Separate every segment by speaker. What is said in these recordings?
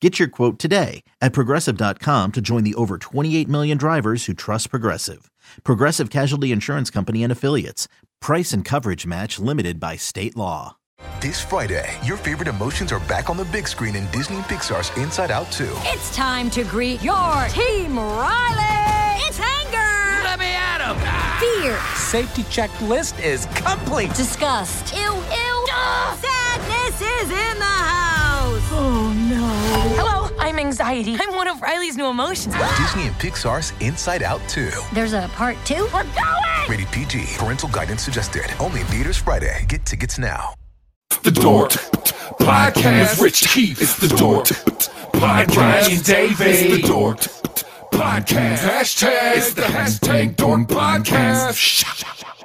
Speaker 1: Get your quote today at progressive.com to join the over 28 million drivers who trust Progressive. Progressive Casualty Insurance Company and Affiliates. Price and coverage match limited by state law.
Speaker 2: This Friday, your favorite emotions are back on the big screen in Disney and Pixar's Inside Out 2.
Speaker 3: It's time to greet your team, Riley! It's anger!
Speaker 4: Let me at him!
Speaker 3: Fear!
Speaker 5: Safety checklist is complete!
Speaker 3: Disgust! Ew, ew! Sadness is in the house!
Speaker 6: Oh no.
Speaker 7: Hello, I'm anxiety. I'm one of Riley's new emotions.
Speaker 2: Disney and Pixar's Inside Out 2.
Speaker 3: There's a part two?
Speaker 7: We're going!
Speaker 2: Rated PG. Parental guidance suggested. Only in theaters Friday. Get tickets now.
Speaker 8: The Dork Podcast. Rich Keith. It's the Dork Podcast. Brian Davis. It's the Dork Podcast. Hashtag. It's the hashtag Dork Podcast.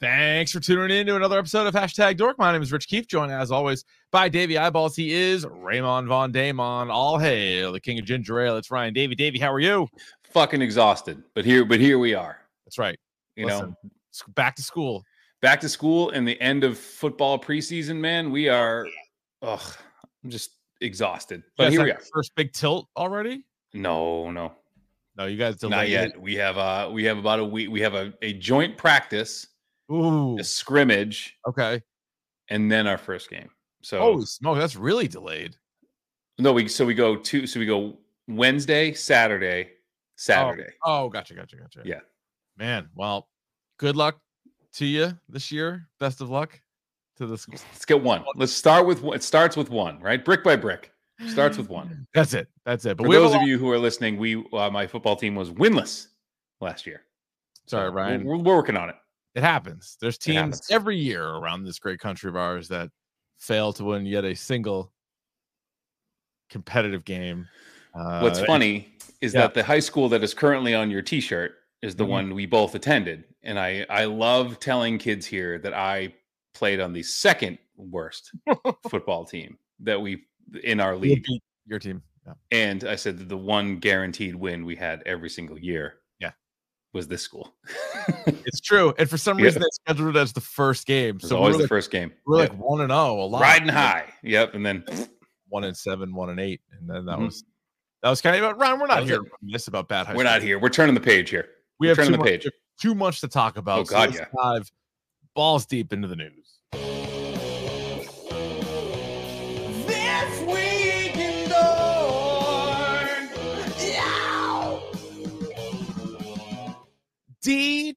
Speaker 9: Thanks for tuning in to another episode of Hashtag Dork. My name is Rich Keefe, joined as always by Davey Eyeballs. He is Raymond Von Damon. All hail the king of ginger ale. It's Ryan Davey. Davey, how are you?
Speaker 10: Fucking exhausted, but here, but here we are.
Speaker 9: That's right.
Speaker 10: You
Speaker 9: Listen,
Speaker 10: know,
Speaker 9: it's back to school.
Speaker 10: back to school and the end of football preseason. Man, we are. Ugh, I'm just exhausted.
Speaker 9: You
Speaker 10: But
Speaker 9: guys
Speaker 10: here
Speaker 9: had
Speaker 10: we are.
Speaker 9: your First big tilt already?
Speaker 10: No, no,
Speaker 9: No, you guys delayed
Speaker 10: not yet.
Speaker 9: it.
Speaker 10: We have uh, we have about a week. We have a, a joint practice,
Speaker 9: Ooh.
Speaker 10: a scrimmage,
Speaker 9: Okay.
Speaker 10: and then our first game. So
Speaker 9: Oh, smoke. That's really delayed.
Speaker 10: no, we so we go two. So we go Wednesday, Saturday, Saturday.
Speaker 9: Oh, gotcha, gotcha, gotcha.
Speaker 10: Yeah.
Speaker 9: Man, well, good luck to you this year. Best of luck to the school.
Speaker 10: Let's get one. Let's start with one. It starts with one, right? Brick by brick. Starts with one.
Speaker 9: That's it. That's it. But
Speaker 10: For
Speaker 9: we have a
Speaker 10: those
Speaker 9: lot-
Speaker 10: of you who are listening, we uh, my football team was winless last year.
Speaker 9: Sorry,
Speaker 10: So
Speaker 9: Ryan.
Speaker 10: We're, we're working on it.
Speaker 9: It happens. There's teams
Speaker 10: happens.
Speaker 9: every year around this great country of ours that fail to win yet a single competitive game. Uh,
Speaker 10: What's
Speaker 9: and-
Speaker 10: funny is
Speaker 9: yeah.
Speaker 10: that the high school that is currently on your T-shirt is the
Speaker 9: Mhm.
Speaker 10: one we both attended, and I I love telling kids here that I played on the second worst football team that we in our
Speaker 9: Your
Speaker 10: league,
Speaker 9: team- Your team. Yeah.
Speaker 10: and I said that the one guaranteed win we had every single year,
Speaker 9: Yeah.
Speaker 10: was this school.
Speaker 9: It's true. And for some
Speaker 10: Yeah.
Speaker 9: reason, they scheduled it as the first game.
Speaker 10: It's
Speaker 9: So we're
Speaker 10: always the
Speaker 9: like,
Speaker 10: first game.
Speaker 9: we're
Speaker 10: Yep.
Speaker 9: like one and oh a lot.
Speaker 10: riding high. Yep, and then
Speaker 9: One and seven, one and eight. And then that
Speaker 10: Mhm.
Speaker 9: was that was kind of but Ryan, we're not
Speaker 10: was
Speaker 9: here
Speaker 10: it.
Speaker 9: to this about bad high
Speaker 10: we're not
Speaker 9: school.
Speaker 10: here. We're turning the page here.
Speaker 9: We
Speaker 10: We're
Speaker 9: have
Speaker 10: turning
Speaker 9: too
Speaker 10: the
Speaker 9: much,
Speaker 10: page.
Speaker 9: too much to talk about.
Speaker 10: Oh, God,
Speaker 9: let's
Speaker 10: yeah.
Speaker 9: dive balls deep into the news.
Speaker 4: This week in Dork.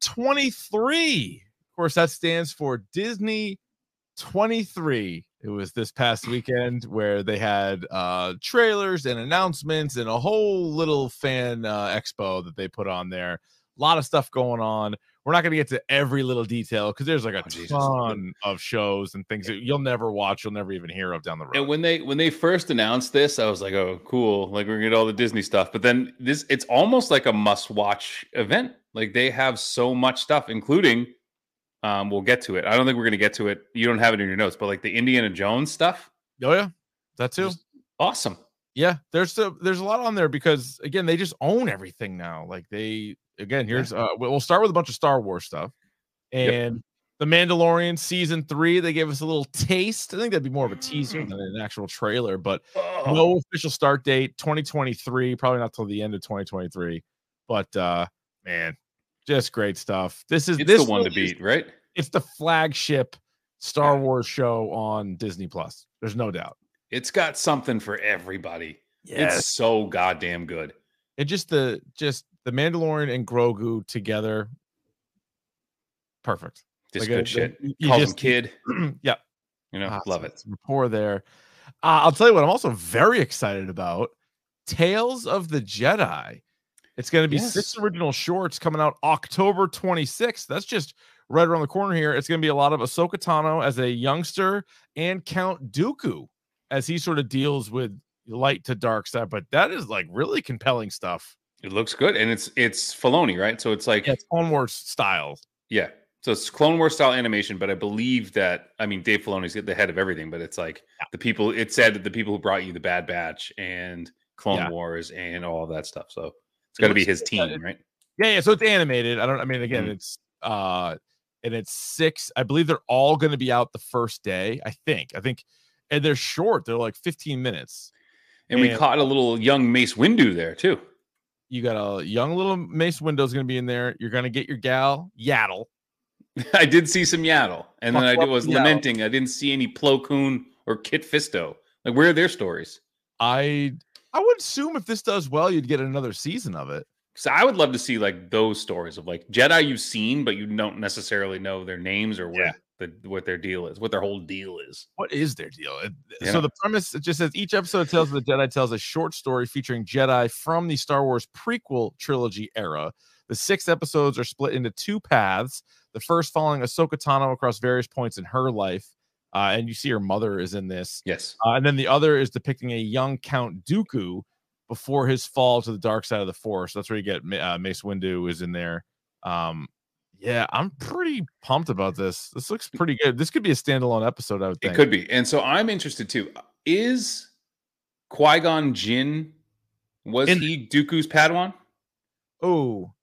Speaker 9: D23. Of course, that stands for Disney 23. It was this past weekend where they had uh, trailers and announcements and a whole little fan uh, expo that they put on there. A lot of stuff going on. We're not going to get to every little detail because there's like a
Speaker 10: Oh, Jesus.
Speaker 9: ton of shows and things that you'll never watch, you'll never even hear of down the road.
Speaker 10: And when they when they first announced this, I was like, "Oh, cool! Like we're gonna get all the Disney stuff." But then this, it's almost like a must-watch event. Like they have so much stuff, including. Um, we'll get to it. I don't think we're gonna get to it. You don't have it in your notes, but like the Indiana Jones stuff,
Speaker 9: oh, yeah. That too.
Speaker 10: Just- awesome.
Speaker 9: Yeah, there's a, there's a lot on there because again, they just own everything now. Like they again, here's uh we'll we'll start with a bunch of Star Wars stuff.
Speaker 10: Yep.
Speaker 9: And The Mandalorian season 3, they gave us a little taste. I think that'd be more of a
Speaker 10: Mm.
Speaker 9: teaser than an actual trailer, but
Speaker 10: Oh.
Speaker 9: no official start date 2023, probably not till the end of 2023. But uh man, just great stuff. This is
Speaker 10: It's
Speaker 9: this
Speaker 10: the one to
Speaker 9: really is-
Speaker 10: beat, right?
Speaker 9: It's the flagship Star
Speaker 10: Yeah.
Speaker 9: Wars show on Disney Plus. There's no doubt.
Speaker 10: It's got something for everybody. It's
Speaker 9: Yes.
Speaker 10: so goddamn good.
Speaker 9: and just the just the Mandalorian and Grogu together, perfect.
Speaker 10: Just
Speaker 9: Like, uh,
Speaker 10: good shit.
Speaker 9: you- you
Speaker 10: Calls him
Speaker 9: just-
Speaker 10: kid.
Speaker 9: yeah,
Speaker 10: You know,
Speaker 9: ah,
Speaker 10: love
Speaker 9: so
Speaker 10: it.
Speaker 9: it's Rapport there. Uh, I'll tell you what, I'm also very excited about Tales of the Jedi. It's going to be six
Speaker 10: Yes.
Speaker 9: original shorts coming out October 26th. That's just right around the corner here. It's going to be a lot of Ahsoka Tano as a youngster and Count Dooku as he sort of deals with light to dark side. But that is like really compelling stuff.
Speaker 10: It looks good, and it's it's Filoni, right? So it's like
Speaker 9: Yeah, it's Clone Wars style.
Speaker 10: Yeah. So it's Clone Wars style animation, but I believe that I mean Dave Filoni's the head of everything, but it's like the people. It said that the people who brought you the Bad Batch and Clone
Speaker 9: Yeah.
Speaker 10: Wars and all of that stuff. So it's got to be
Speaker 9: looks-
Speaker 10: his
Speaker 9: it's got-
Speaker 10: team, right?
Speaker 9: Yeah, yeah. So it's animated. I don't. I mean, again,
Speaker 10: Mhm.
Speaker 9: it's uh, and it's six. I believe they're all going to be out the first day. I think. I think, and they're short. They're like 15 minutes.
Speaker 10: And we
Speaker 9: And-
Speaker 10: caught a little young Mace Windu there too.
Speaker 9: You got a young little Mace Window's going to be in there. You're going to get your gal Yaddle.
Speaker 10: I did see some Yaddle, and then I
Speaker 9: Fuck,
Speaker 10: was
Speaker 9: fuck, Yaddle.
Speaker 10: lamenting I didn't see any Plo Koon or Kit Fisto. Like, where are their stories?
Speaker 9: I I would assume if this does well, you'd get another season of it.
Speaker 10: So I would love to see like those stories of like Jedi you've seen, but you don't necessarily know their names or where the, what their deal is, what their whole deal is.
Speaker 9: What is their deal? It-
Speaker 10: Yeah.
Speaker 9: So the premise it just says each episode of Tales of the Jedi tells a short story featuring Jedi from the Star Wars prequel trilogy era. The six episodes are split into two paths. The first following Ahsoka Tano across various points in her life, uh, and you see her mother is in this,
Speaker 10: Yes.
Speaker 9: uh, and then the other is depicting a young Count Dooku before his fall to the dark side of the Force. That's where you get Ma- uh, Mace Windu is in there. Um, yeah, I'm pretty pumped about this. This looks pretty good. This could be a standalone episode. I would think
Speaker 10: It could be. And so I'm interested too. Is Qui Gon Jinn, was
Speaker 9: In-
Speaker 10: he Dooku's Padawan?
Speaker 9: Oh,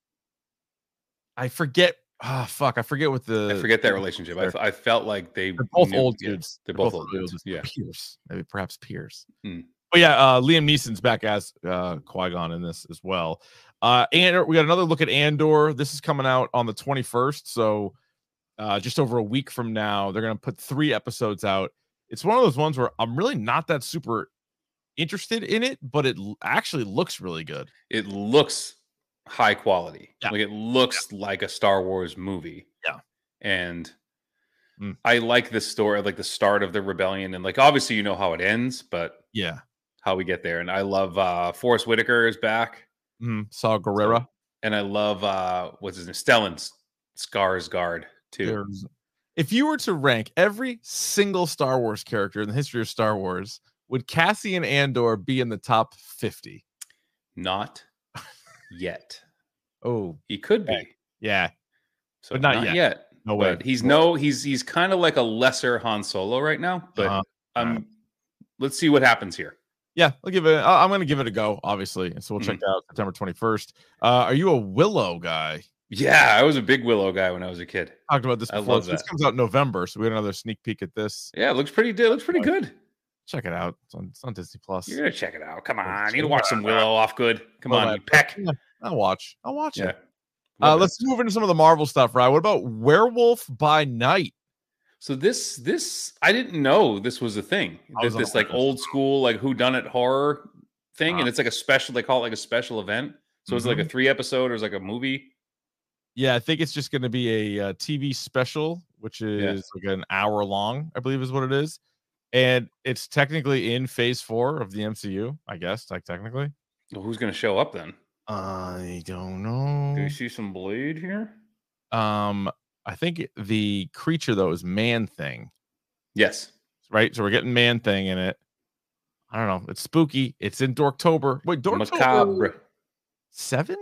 Speaker 9: I forget. Ah, fuck, I forget what the.
Speaker 10: I forget that relationship. I, f- I felt like they
Speaker 9: Uh, They're both
Speaker 10: knew-
Speaker 9: old
Speaker 10: yeah,
Speaker 9: dudes.
Speaker 10: They're both old dudes. Yeah.
Speaker 9: Pierce, maybe perhaps Pierce.
Speaker 10: Mm.
Speaker 9: But yeah, uh, Liam Neeson's back as uh, Qui Gon in this as well. Uh, and we got another look at Andor. This is coming out on the 21st, so uh, just over a week from now, they're gonna put three episodes out. It's one of those ones where I'm really not that super interested in it, but it l- actually looks really good.
Speaker 10: it looks high quality.
Speaker 9: Yeah.
Speaker 10: Like it looks like a Star Wars movie.
Speaker 9: Yeah.
Speaker 10: And
Speaker 9: Mm.
Speaker 10: I like the story, like the start of the rebellion. And like obviously you know how it ends, but
Speaker 9: Yeah,
Speaker 10: how we get there. And I love uh Forrest Whitaker is back.
Speaker 9: Mhm. Saw Guerrera.
Speaker 10: And I love uh what's his name? Stellan Skarsgård too.
Speaker 9: There's- if you were to rank every single Star Wars character in the history of Star Wars, would Cassian Andor be in the top 50?
Speaker 10: Not yet.
Speaker 9: Oh,
Speaker 10: He could be.
Speaker 9: Right. yeah.
Speaker 10: So
Speaker 9: But
Speaker 10: not,
Speaker 9: not
Speaker 10: yet.
Speaker 9: yet. No way.
Speaker 10: But he's no he's he's kind of like a lesser Han Solo right now, but
Speaker 9: Uh-huh.
Speaker 10: um
Speaker 9: Alright.
Speaker 10: let's see what happens here.
Speaker 9: Yeah, I'll give it. I- I'm going to give it a go, obviously. So we'll
Speaker 10: Mm-hmm.
Speaker 9: check that out September 21st. Uh, are you a Willow guy?
Speaker 10: Yeah, I was a big Willow guy when I was a kid.
Speaker 9: Talked about this
Speaker 10: I
Speaker 9: before.
Speaker 10: love
Speaker 9: This
Speaker 10: that.
Speaker 9: comes out in November, so we had another sneak peek at this.
Speaker 10: Yeah, it looks pretty. It looks pretty good.
Speaker 9: Check it out. It's on, it's on Disney Plus.
Speaker 10: You're gonna check it out. Come on,
Speaker 9: Let's
Speaker 10: you need to
Speaker 9: check
Speaker 10: watch
Speaker 9: it
Speaker 10: some
Speaker 9: out.
Speaker 10: Willow off good. Come
Speaker 9: Love
Speaker 10: on,
Speaker 9: that.
Speaker 10: you peck.
Speaker 9: Yeah, I'll watch. I'll watch
Speaker 10: Yeah.
Speaker 9: it. Uh,
Speaker 10: Love it.
Speaker 9: let's move into some of the Marvel stuff, right? What about Werewolf by Night?
Speaker 10: So this this I didn't know this was a thing.
Speaker 9: I
Speaker 10: This, this
Speaker 9: was unaware
Speaker 10: like
Speaker 9: of this.
Speaker 10: old school like who done it horror thing, and
Speaker 9: Uh-huh. Mm-hmm.
Speaker 10: it's like a special. They call it like a special event. So it's like a three episode or it's like a movie.
Speaker 9: Yeah, I think it's just going to be a uh, TV special, which is like an hour long, I believe is what it is. And it's technically in phase four of the MCU, I guess, like technically.
Speaker 10: Well, who's gonna show up then?
Speaker 9: I don't
Speaker 10: Do
Speaker 9: know.
Speaker 10: we see some blade here?
Speaker 9: Um, I think it- the creature though is Man Thing,
Speaker 10: Yes.
Speaker 9: right? So we're getting Man Thing in it. I don't know. It's spooky. It's in Dorktober. Wait, Dorktober
Speaker 10: Macabre.
Speaker 9: seven?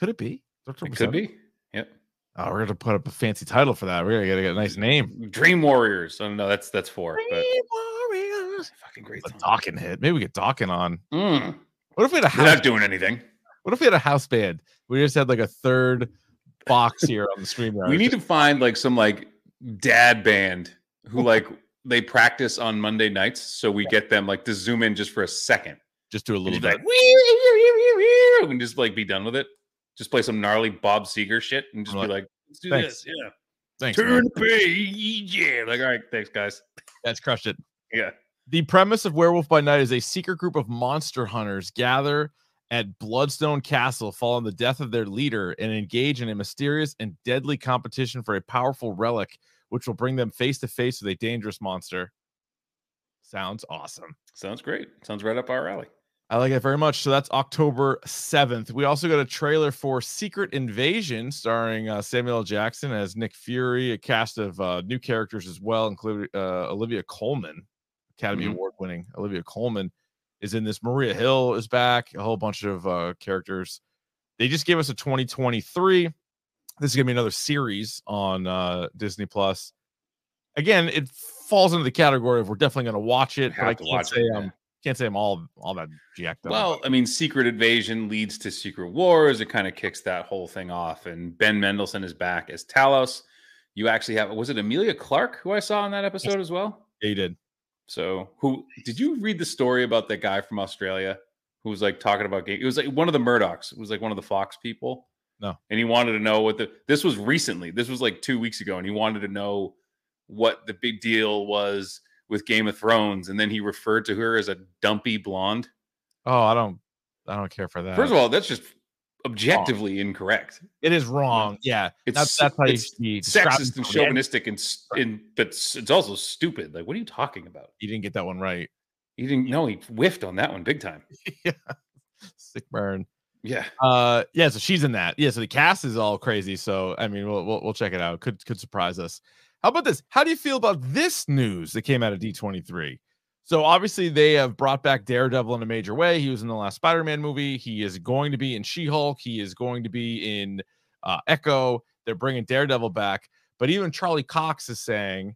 Speaker 9: Could it be? Dorktober
Speaker 10: It could
Speaker 9: 7?
Speaker 10: be. Yep.
Speaker 9: Oh, we're gonna put up a fancy title for that. We're gonna get a nice name.
Speaker 10: Dream Warriors. I don't know. That's that's four. But
Speaker 9: Warriors.
Speaker 10: fucking great.
Speaker 9: a
Speaker 10: song.
Speaker 9: Dawkin hit. Maybe we get Dawkin on.
Speaker 10: Mm,
Speaker 9: What if we had a
Speaker 10: they're
Speaker 9: house?
Speaker 10: not doing anything.
Speaker 9: What if we had a house band? We just had like a third box here on the stream.
Speaker 10: We need to find like some like dad band who like they practice on Monday nights, so we get them like to zoom in just for a second.
Speaker 9: just do a
Speaker 10: And
Speaker 9: little
Speaker 10: just
Speaker 9: bit.
Speaker 10: be like, "Wee-ee-ee-ee-ee-ee," and just like be done with it. Just play some gnarly Bob Seger shit and just
Speaker 9: Like,
Speaker 10: be like, let's do
Speaker 9: "Thanks,
Speaker 10: this. Yeah.
Speaker 9: Thanks, man.
Speaker 10: Turn the page. Yeah. Like, all right, thanks, guys.
Speaker 9: That's crushed it.
Speaker 10: Yeah.
Speaker 9: The premise of Werewolf by Night is a secret group of monster hunters gather at Bloodstone Castle following the death of their leader and engage in a mysterious and deadly competition for a powerful relic, which will bring them face to face with a dangerous monster. Sounds awesome.
Speaker 10: Sounds great. Sounds right up our alley.
Speaker 9: I like it very much. So that's October 7th. We also got a trailer for Secret Invasion starring uh, Samuel L. Jackson as Nick Fury, a cast of uh, new characters as well, including uh, Olivia Coleman, Academy
Speaker 10: Mhm.
Speaker 9: Award winning Olivia Coleman is in this. Maria Hill is back, a whole bunch of uh, characters. They just gave us a 2023 this is gonna be another series on uh Disney Plus. Again, it falls into the category of we're definitely gonna watch it, but
Speaker 10: Have
Speaker 9: I
Speaker 10: to
Speaker 9: can't
Speaker 10: watch it,
Speaker 9: say um,
Speaker 10: yeah.
Speaker 9: I'm can't say I'm all all that jacked up.
Speaker 10: Well, I mean, Secret Invasion leads to Secret Wars. It kind of kicks that whole thing off. And Ben Mendelsohn is back as Talos. You actually have was it Amelia Clark who I saw in that episode as well?
Speaker 9: they did.
Speaker 10: So who did you read the story about that guy from Australia who was like talking about gay? It was like one of the Murdochs. It was like one of the Fox people.
Speaker 9: No.
Speaker 10: And he wanted to know what the this was recently. This was like two weeks ago, and he wanted to know what the big deal was with Game of Thrones. And then he referred to her as a dumpy blonde.
Speaker 9: Oh, I don't I don't care for that.
Speaker 10: First of all, that's just objectively incorrect.
Speaker 9: it is wrong. Yeah.
Speaker 10: It's
Speaker 9: that's that's how
Speaker 10: it's
Speaker 9: you describe
Speaker 10: Sexist and
Speaker 9: somebody.
Speaker 10: chauvinistic, and s- and but s- it's also stupid. Like, what are you talking about?
Speaker 9: You didn't get that one right.
Speaker 10: He didn't know he whiffed on that one big time.
Speaker 9: Sick burn.
Speaker 10: Yeah.
Speaker 9: Uh, yeah, so she's in that. Yeah, so the cast is all crazy. So I mean, we'll we'll, we'll check it out. Could could surprise us. How about this? How do you feel about this news that came out of D23? So obviously they have brought back Daredevil in a major way. He was in the last Spider-Man movie. He is going to be in She-Hulk. He is going to be in uh, Echo. They're bringing Daredevil back. But even Charlie Cox is saying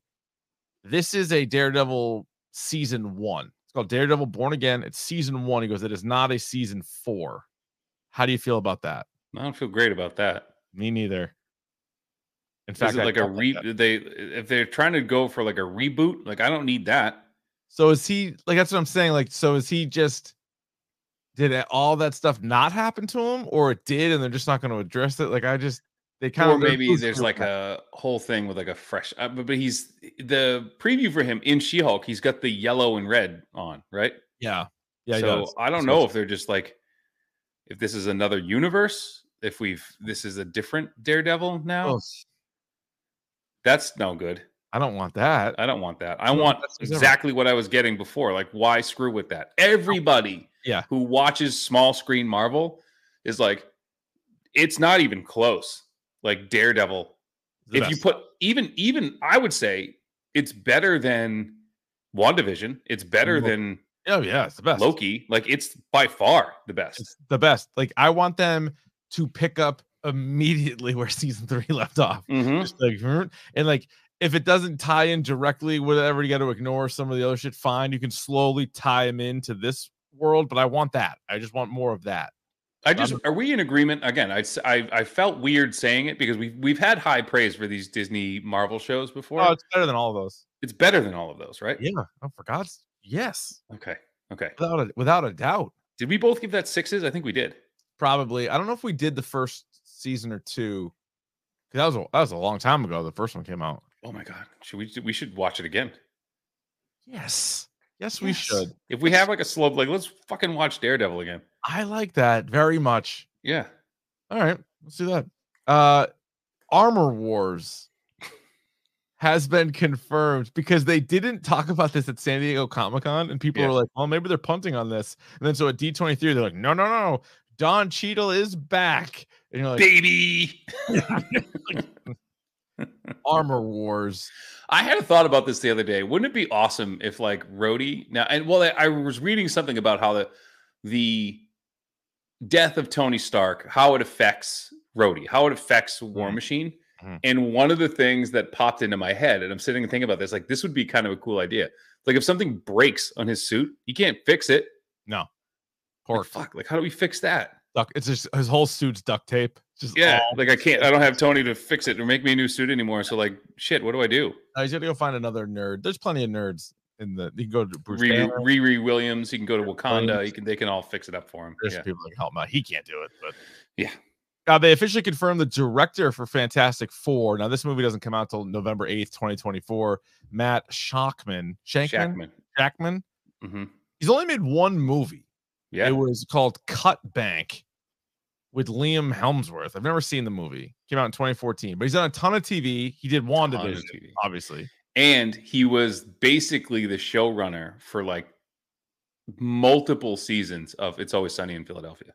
Speaker 9: this is a Daredevil season one. It's called Daredevil Born Again. It's season one. He goes, it is not a season four. How do you feel about that?
Speaker 10: I don't feel great about that.
Speaker 9: Me neither. In
Speaker 10: Is
Speaker 9: fact,
Speaker 10: it
Speaker 9: I
Speaker 10: like a
Speaker 9: don't
Speaker 10: re?
Speaker 9: that.
Speaker 10: did they uh, if they're trying to go for like a reboot, like I don't need that.
Speaker 9: So is he like that's what I'm saying? Like, so is he just did it- all that stuff not happen to him, or it did and they're just not going to address it? Like, I just they kind
Speaker 10: Or
Speaker 9: of they're
Speaker 10: maybe
Speaker 9: loose
Speaker 10: there's
Speaker 9: with
Speaker 10: like a
Speaker 9: that.
Speaker 10: whole thing with like a fresh. Uh, but, but he's the preview for him in She-Hulk. He's got the yellow and red on, right?
Speaker 9: yeah, yeah. he
Speaker 10: so
Speaker 9: does.
Speaker 10: I don't
Speaker 9: So
Speaker 10: know
Speaker 9: it's-
Speaker 10: if they're just like if this is another universe, if we've this is a different Daredevil now.
Speaker 9: Oh,
Speaker 10: That's no good.
Speaker 9: I don't want that.
Speaker 10: I don't want that. I want
Speaker 9: that's different.
Speaker 10: exactly what I was getting before. Like, why screw with that? Everybody
Speaker 9: Yeah.
Speaker 10: who watches small screen Marvel is like, it's not even close. Like Daredevil.
Speaker 9: The
Speaker 10: if you
Speaker 9: best.
Speaker 10: put even even I would say it's better than WandaVision. It's better
Speaker 9: Lo-
Speaker 10: than
Speaker 9: oh yeah, it's the best.
Speaker 10: Loki. Like it's by far the best.
Speaker 9: It's the best. Like I want them to pick up immediately where season three left off.
Speaker 10: Mhm.
Speaker 9: Just like, "Hmm," and like if it doesn't tie in directly, whatever you got to ignore some of the other shit. Fine, you can slowly tie them into this world, but I want that. I just want more of that.
Speaker 10: I
Speaker 9: I'm-
Speaker 10: just are we in agreement again? I, s- I- I felt weird saying it because we've we've had high praise for these Disney Marvel shows before.
Speaker 9: Oh,
Speaker 10: it's,
Speaker 9: it's better than all those.
Speaker 10: better than all of those, right?
Speaker 9: Yeah. Oh, for God's yes,
Speaker 10: Okay. Okay.
Speaker 9: without a, without a doubt,
Speaker 10: Did we both give that sixes? I think we did.
Speaker 9: probably. I don't know if we did the first season or two. 'cause That was a, that was a long time ago. The first one came out.
Speaker 10: Oh my god. Should we we should watch it again?
Speaker 9: Yes. Yes, we should.
Speaker 10: If we have like a slow like let's fucking watch Daredevil again.
Speaker 9: I like that very much.
Speaker 10: Yeah.
Speaker 9: All right, let's do that. Uh Armor Wars has been confirmed because they didn't talk about this at San Diego Comic Con, and people
Speaker 10: Yeah.
Speaker 9: were like, "Well, maybe they're punting on this." And then so at D23, they're like, "No, no, no, Don Cheadle is back," and you're like,
Speaker 10: Baby.
Speaker 9: "Armor Wars."
Speaker 10: I had a thought about this the other day. Wouldn't it be awesome if like Rhodey now and well, I, I was reading something about how the the death of Tony Stark, how it affects Rhodey, how it affects War
Speaker 9: Mhm.
Speaker 10: Machine.
Speaker 9: Mhm.
Speaker 10: And one of the things that popped into my head, and I'm sitting and thinking about this, like this would be kind of a cool idea. Like if something breaks on his suit, he can't fix it. Like,
Speaker 9: Pork
Speaker 10: fuck, like how do we fix that?
Speaker 9: duck. It's just his whole suit's duct tape. Just
Speaker 10: Yeah,
Speaker 9: all-
Speaker 10: like I can't. I don't have Tony to fix it or make me a new suit anymore. So like, shit, what do I do?
Speaker 9: Uh, he's gonna go find another nerd. There's plenty of nerds in the. You can go to Bruce
Speaker 10: Riri,
Speaker 9: Banner.
Speaker 10: Riri Williams, he can go to Wakanda.
Speaker 9: Williams.
Speaker 10: He can. They can all fix it up for him.
Speaker 9: There's
Speaker 10: Yeah.
Speaker 9: people that can help him out. He can't do it, but
Speaker 10: Yeah.
Speaker 9: Uh, they officially confirmed the director for Fantastic Four. Now, this movie doesn't come out till November 8th, 2024. Matt Shackman. Shankman?
Speaker 10: Shackman.
Speaker 9: Shackman.
Speaker 10: hmm
Speaker 9: He's only made one movie.
Speaker 10: Yeah.
Speaker 9: It was called Cut Bank with Liam Helmsworth. I've never seen the movie. Came out in 2014, but he's done a ton of TV. He did
Speaker 10: On
Speaker 9: WandaVision,
Speaker 10: TV.
Speaker 9: obviously.
Speaker 10: And he was basically the showrunner for like multiple seasons of It's Always Sunny in Philadelphia.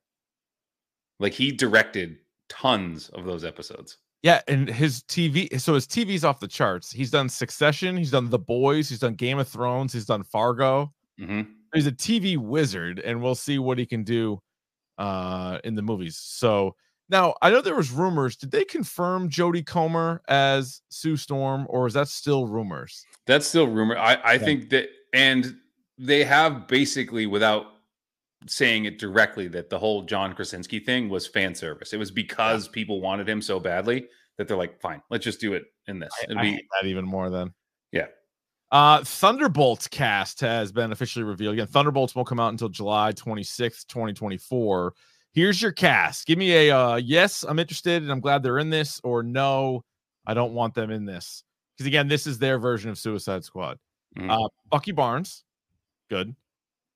Speaker 10: Like he directed tons of those episodes.
Speaker 9: Yeah, and his TV, so his TV's off the charts. He's done Succession, he's done The Boys, he's done Game of Thrones, he's done Fargo.
Speaker 10: hmm
Speaker 9: he's a TV wizard, and we'll see what he can do uh in the movies. So Now, I know there was rumors. Did they confirm Jodie Comer as Sue Storm, or is that still rumors?
Speaker 10: That's still rumor. I, I think that, and they have basically, without saying it directly, that the whole John Krasinski thing was fan service. It was because people wanted him so badly that they're like, fine, let's just do it in this.
Speaker 9: I-
Speaker 10: It'll
Speaker 9: I
Speaker 10: be
Speaker 9: hate that even more then.
Speaker 10: Yeah.
Speaker 9: Uh, Thunderbolts cast has been officially revealed. Again, Thunderbolts won't come out until July 26th, 2024. Here's your cast. Give me a uh, yes, I'm interested and I'm glad they're in this, or no, I don't want them in this. Because again, this is their version of Suicide Squad.
Speaker 10: Mhm.
Speaker 9: Uh, Bucky Barnes, good.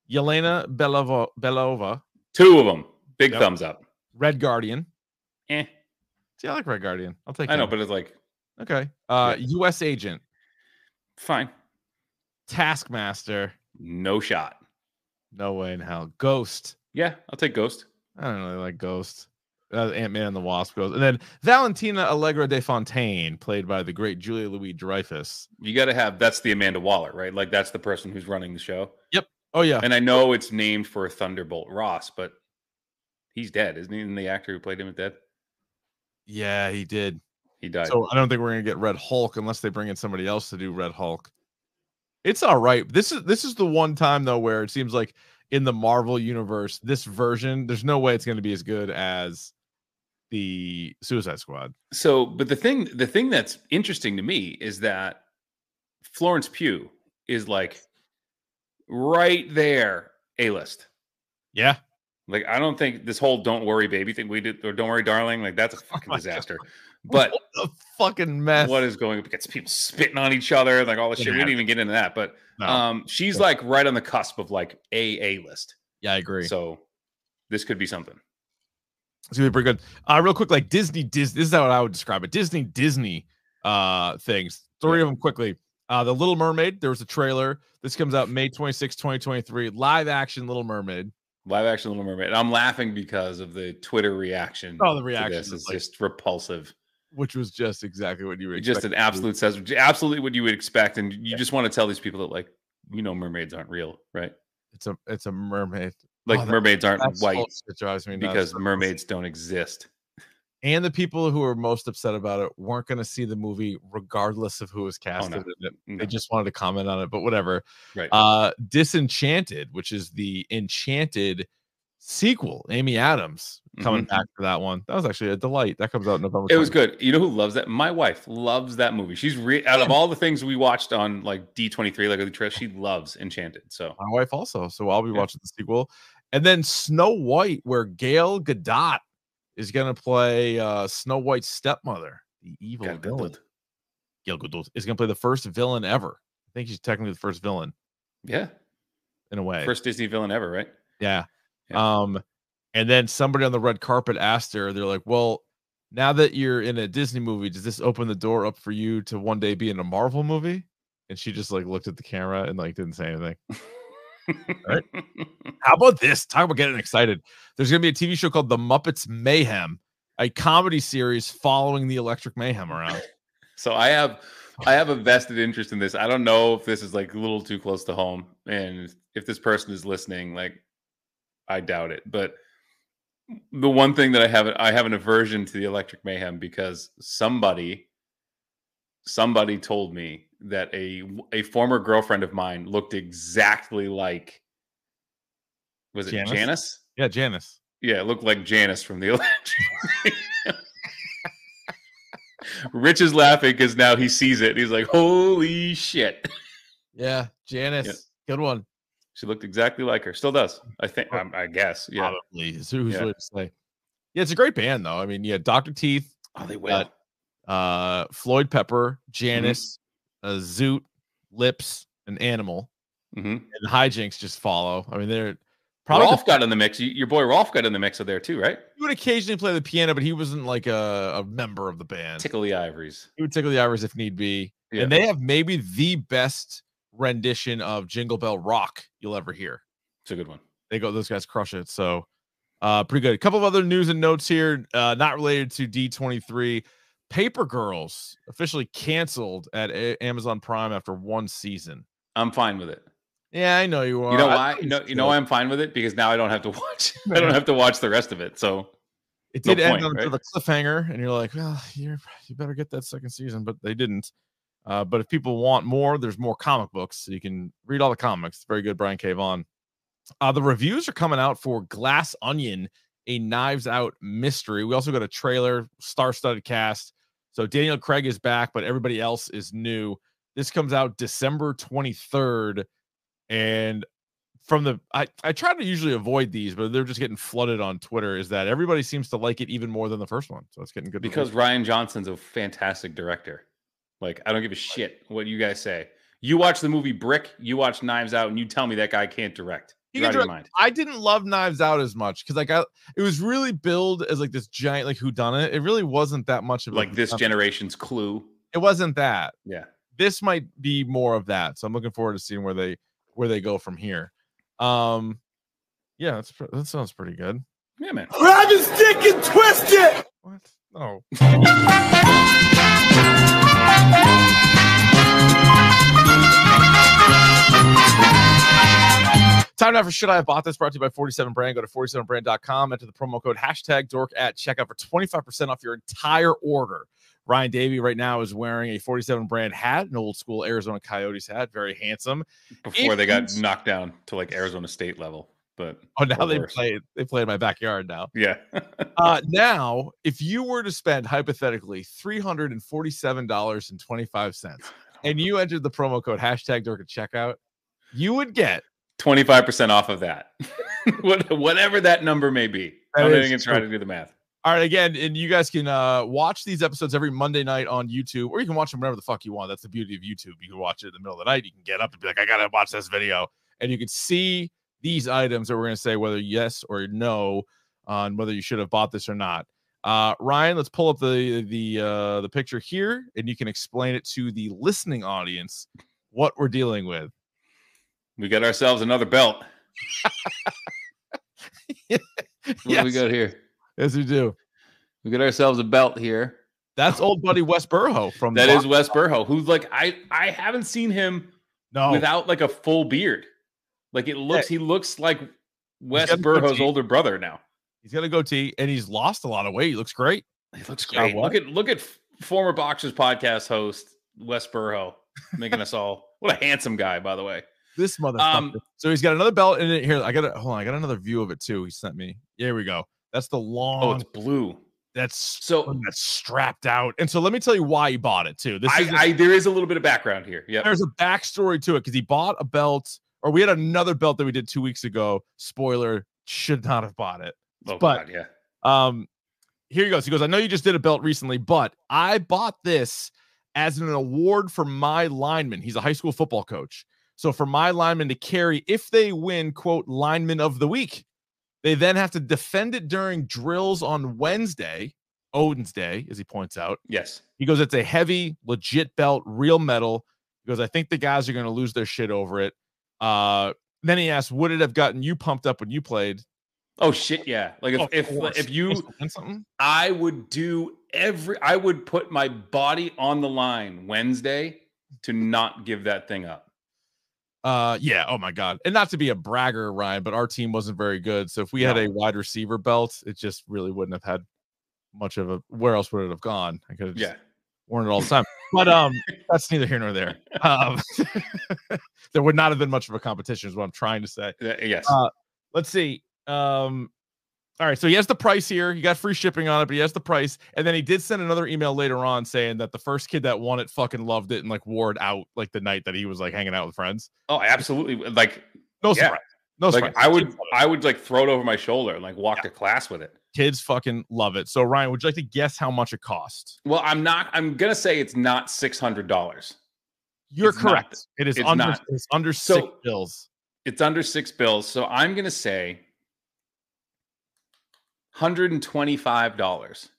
Speaker 9: Yelena Belova, Belova,
Speaker 10: two of them. Big
Speaker 9: Yep.
Speaker 10: thumbs up.
Speaker 9: Red Guardian.
Speaker 10: Eh,
Speaker 9: See, I like Red Guardian. I'll take
Speaker 10: I know,
Speaker 9: him.
Speaker 10: but it's like,
Speaker 9: okay. Uh, U.S. Agent,
Speaker 10: fine,
Speaker 9: Taskmaster.
Speaker 10: no shot.
Speaker 9: No way in hell. Ghost.
Speaker 10: Yeah, I'll take Ghost.
Speaker 9: I don't really like Ghost. Uh, Ant Man and the Wasp goes. And then Valentina Allegra de Fontaine, played by the great Julia Louis Dreyfus.
Speaker 10: You got to have that's the Amanda Waller, right? Like that's the person who's running the show.
Speaker 9: Oh, yeah.
Speaker 10: And I know it's named for Thunderbolt Ross, but he's dead, isn't he? And the actor who played him is dead.
Speaker 9: yeah, he did.
Speaker 10: He died.
Speaker 9: So I don't think we're gonna get Red Hulk unless they bring in somebody else to do Red Hulk. It's all right. This is this is the one time though where it seems like in the Marvel universe, this version, there's no way it's gonna be as good as the Suicide Squad.
Speaker 10: So, but the thing the thing that's interesting to me is that Florence Pugh is like right there A list.
Speaker 9: Yeah.
Speaker 10: Like I don't think this whole don't worry baby thing we did or don't worry darling like that's a fucking
Speaker 9: Oh my God.
Speaker 10: disaster. But
Speaker 9: What a fucking mess.
Speaker 10: what is going gets people spitting on each other like all the
Speaker 9: It
Speaker 10: shit we didn't even get into that but
Speaker 9: No.
Speaker 10: um she's
Speaker 9: Yeah.
Speaker 10: like right on the cusp of like a a list
Speaker 9: yeah, I agree.
Speaker 10: so this could be something
Speaker 9: it's gonna be pretty good. Uh, real quick, like Disney, Disney. This is how I would describe it. Disney, Disney, uh, things. Three of them quickly. Uh, the Little Mermaid. There was a trailer. This comes out May 26, 2023. Live action Little Mermaid.
Speaker 10: live action little mermaid and i'm laughing because of the twitter reaction
Speaker 9: Oh, the
Speaker 10: to
Speaker 9: reaction
Speaker 10: this
Speaker 9: is
Speaker 10: is
Speaker 9: like-
Speaker 10: just repulsive
Speaker 9: which was just exactly what you were
Speaker 10: just an absolute says absolutely what you would expect and you just want to tell these people that like you know mermaids aren't real right
Speaker 9: It's a it's a mermaid.
Speaker 10: like
Speaker 9: Oh, that-
Speaker 10: mermaids aren't
Speaker 9: That's
Speaker 10: white
Speaker 9: It drives me nuts.
Speaker 10: because mermaids don't exist
Speaker 9: and the people who were most upset about it weren't going to see the movie regardless of who was casted.
Speaker 10: Oh, no.
Speaker 9: in it.
Speaker 10: No.
Speaker 9: They just wanted to comment on it, but whatever.
Speaker 10: Mm-hmm. right
Speaker 9: uh disenchanted which is the enchanted sequel amy adams coming
Speaker 10: Mhm.
Speaker 9: back for that one that was actually a delight that comes out november
Speaker 10: It was
Speaker 9: 20th.
Speaker 10: good. You know who loves that? My wife loves that movie. She's re- out of all the things we watched on like D twenty three, like the trail, she loves Enchanted. So
Speaker 9: my wife also so i'll be
Speaker 10: Yeah.
Speaker 9: watching the sequel and then snow white where gail gadot is going to play uh snow white's stepmother the evil
Speaker 10: Gal
Speaker 9: villain
Speaker 10: Gadot.
Speaker 9: gail gadot is going to play the first villain ever i think she's technically the first villain
Speaker 10: yeah,
Speaker 9: in a way
Speaker 10: first Disney villain ever, right?
Speaker 9: Yeah.
Speaker 10: Yeah.
Speaker 9: Um, and then somebody on the red carpet asked her, they're like, Well, now that you're in a Disney movie, does this open the door up for you to one day be in a Marvel movie? And she just like looked at the camera and like didn't say anything. Right. How about this? Talk about getting excited. There's gonna be a TV show called The Muppets Mayhem, a comedy series following the Electric Mayhem around.
Speaker 10: so I have, I have a vested interest in this. I don't know if this is like a little too close to home, and if this person is listening, like I doubt it. But the one thing that I have, I have an aversion to the Electric Mayhem because somebody, somebody told me that a a former girlfriend of mine looked exactly like, was it
Speaker 9: Janice?
Speaker 10: Janice?
Speaker 9: Yeah, Janice.
Speaker 10: Yeah, it looked like Janice from the electric. Rich is laughing because now he sees it. He's like, holy shit.
Speaker 9: Yeah, Janice. Good one.
Speaker 10: She looked exactly like her. Still does. I think, um, I guess. Yeah.
Speaker 9: Probably. Who's who's
Speaker 10: Yeah.
Speaker 9: really to say? Yeah, it's a great band though. I mean, yeah, Dr. Teeth,
Speaker 10: Oh, they
Speaker 9: Uh, uh Floyd Pepper,
Speaker 10: Mm-hmm.
Speaker 9: Janice, uh, Zoot, Lips, and Animal,
Speaker 10: hmm
Speaker 9: and Hijinks just follow. I mean, they're probably
Speaker 10: Rolf got in the mix. You- Your boy Rolf got in the mix of there too, right?
Speaker 9: he would occasionally play the piano, but he wasn't like a, a member of the band.
Speaker 10: Tickle the ivories.
Speaker 9: He would tickle the ivories if need be,
Speaker 10: Yeah.
Speaker 9: and they have maybe the best rendition of Jingle Bell Rock you'll ever hear.
Speaker 10: It's a good one.
Speaker 9: they go those guys crush it so uh pretty good a couple of other news and notes here uh not related to d23 paper girls officially canceled at A- amazon prime after one season
Speaker 10: I'm fine with it.
Speaker 9: yeah i know you are
Speaker 10: You know
Speaker 9: I
Speaker 10: why?
Speaker 9: thought
Speaker 10: You know,
Speaker 9: was
Speaker 10: you know
Speaker 9: good.
Speaker 10: why I'm fine with it because now I don't have to watch. I don't have to watch the rest of it. So
Speaker 9: It
Speaker 10: No
Speaker 9: did end
Speaker 10: point, right?
Speaker 9: on the cliffhanger, and you're like, well, you're, you better get that second season, but they didn't. Uh, but if people want more, there's more comic books. So you can read all the comics. Very good, Brian K. Vaughan. Uh, the reviews are coming out for Glass Onion, a Knives Out mystery. We also got a trailer, star-studded cast. So Daniel Craig is back, but everybody else is new. This comes out December 23rd, and from the I, I try to usually avoid these, but they're just getting flooded on Twitter. Is that everybody seems to like it even more than the first one? So it's getting good
Speaker 10: because
Speaker 9: reviews.
Speaker 10: Ryan Johnson's a fantastic director. Like I don't give a shit what you guys say. You watch the movie Brick, you watch Knives Out, and you tell me that guy can't direct.
Speaker 9: He
Speaker 10: You're
Speaker 9: can
Speaker 10: out of your mind.
Speaker 9: I didn't love Knives Out as much because like I it was really billed as like this giant like whodunit. It really wasn't that much of a
Speaker 10: Like this
Speaker 9: whodunit.
Speaker 10: generation's Clue.
Speaker 9: It wasn't that.
Speaker 10: Yeah.
Speaker 9: this might be more of that. So I'm looking forward to seeing where they where they go from here. Um, yeah, that's pr- that sounds pretty good.
Speaker 10: Yeah, man.
Speaker 9: Oh,
Speaker 4: Grab his dick and twist it!
Speaker 9: What? No. Time now for Should I Have Bought This? Brought to you by 47brand. Go to 47brand.com. Enter the promo code hashtag dork at checkout for 25% off your entire order. Ryan Davey right now is wearing a 47 brand hat, an old school Arizona Coyotes hat. Very handsome.
Speaker 10: Before
Speaker 9: If
Speaker 10: they got
Speaker 9: you-
Speaker 10: knocked down to like Arizona State level. But
Speaker 9: Oh, now
Speaker 10: or
Speaker 9: they
Speaker 10: worse.
Speaker 9: play they play in my backyard now.
Speaker 10: Yeah.
Speaker 9: Uh, now, if you were to spend hypothetically three hundred and forty-seven dollars and twenty-five cents, and you entered the promo code hashtag Dork at checkout, you would get.
Speaker 10: 25% off of that. What- Whatever that number may be.
Speaker 9: That
Speaker 10: I'm not
Speaker 9: is
Speaker 10: even gonna try
Speaker 9: true.
Speaker 10: to do the math.
Speaker 9: All right, again, and you guys can uh, watch these episodes every Monday night on YouTube, or you can watch them whenever the fuck you want. That's the beauty of YouTube. You can watch it in the middle of the night. You can get up and be like, I gotta watch this video, and you can see these items that we're gonna say whether yes or no on whether you should have bought this or not. Uh, Ryan, let's pull up the the uh, the picture here, and you can explain it to the listening audience what we're dealing with.
Speaker 10: We got ourselves another belt. What do we
Speaker 9: yes,
Speaker 10: got here?
Speaker 9: yes, we do.
Speaker 10: We got ourselves a belt here.
Speaker 9: That's old buddy Wes Burho from
Speaker 10: That is
Speaker 9: Bo-
Speaker 10: Wes Burho, who's like I I haven't seen him
Speaker 9: no
Speaker 10: without like a full beard. Like it looks, he looks like Wes
Speaker 9: got a
Speaker 10: Burho's
Speaker 9: goatee.
Speaker 10: older brother now.
Speaker 9: He's got a goatee and he's lost a lot of weight. He looks great.
Speaker 10: He looks
Speaker 9: got
Speaker 10: great.
Speaker 9: what?
Speaker 10: Look at look at f- former boxers podcast host Wes Burho making us all. What a handsome guy, by the way.
Speaker 9: This motherfucker.
Speaker 10: Um,
Speaker 9: so he's got another belt in it here. I got to hold on. I got another view of it too. He sent me. Here we go. That's the
Speaker 10: Oh,
Speaker 9: long.
Speaker 10: it's Oh. blue.
Speaker 9: that's
Speaker 10: So
Speaker 9: that's strapped out. And so let me tell you why he bought it too. This
Speaker 10: I,
Speaker 9: is
Speaker 10: I there is a little bit of background here. Yeah,
Speaker 9: there's a backstory to it because he bought a belt, or we had another belt that we did two weeks ago. Spoiler: should not have bought it.
Speaker 10: oh,
Speaker 9: but-
Speaker 10: God, yeah.
Speaker 9: Um, here he goes. He goes, I know you just did a belt recently, but I bought this as an award for my lineman. He's a high school football coach. So for my lineman to carry, if they win, quote, lineman of the week, they then have to defend it during drills on Wednesday, Odin's Day, as he points out.
Speaker 10: Yes,
Speaker 9: He goes, it's a heavy, legit belt, real metal. He goes, I think the guys are going to lose their shit over it. Uh, then he asks, would it have gotten you pumped up when you played?
Speaker 10: Oh shit, yeah. Like if
Speaker 9: Of
Speaker 10: if,
Speaker 9: course.
Speaker 10: if you
Speaker 9: Win something?
Speaker 10: I would do every I would put my body on the line Wednesday to not give that thing up.
Speaker 9: Uh, yeah. Oh my God. And not to be a bragger, Ryan, but our team wasn't very good. So if we had
Speaker 10: No.
Speaker 9: a wide receiver belt, it just really wouldn't have had much of a. Where else would it have gone? I could have just
Speaker 10: Yeah.
Speaker 9: worn it all the time. But um, that's neither here nor there. Um, there would not have been much of a competition, is what I'm trying to say.
Speaker 10: Th- Yes.
Speaker 9: Uh, Let's see. Um, all right. So he has the price here. He got free shipping on it, but he has the price. And then he did send another email later on saying that the first kid that won it fucking loved it and like wore it out like the night that he was like hanging out with friends.
Speaker 10: oh, absolutely. Like
Speaker 9: No
Speaker 10: Yeah.
Speaker 9: surprise. No
Speaker 10: like
Speaker 9: surprise.
Speaker 10: I would I would like throw it over my shoulder and like walk to class with it.
Speaker 9: Kids fucking love it. So Ryan, would you like to guess how much it cost?
Speaker 10: Well, I'm not I'm gonna say it's not six hundred dollars.
Speaker 9: You're
Speaker 10: It's not.
Speaker 9: correct. It is
Speaker 10: It's
Speaker 9: under
Speaker 10: not.
Speaker 9: it's under six
Speaker 10: So-
Speaker 9: bills.
Speaker 10: It's under six bills, so I'm gonna say hundred and twenty-five dollars.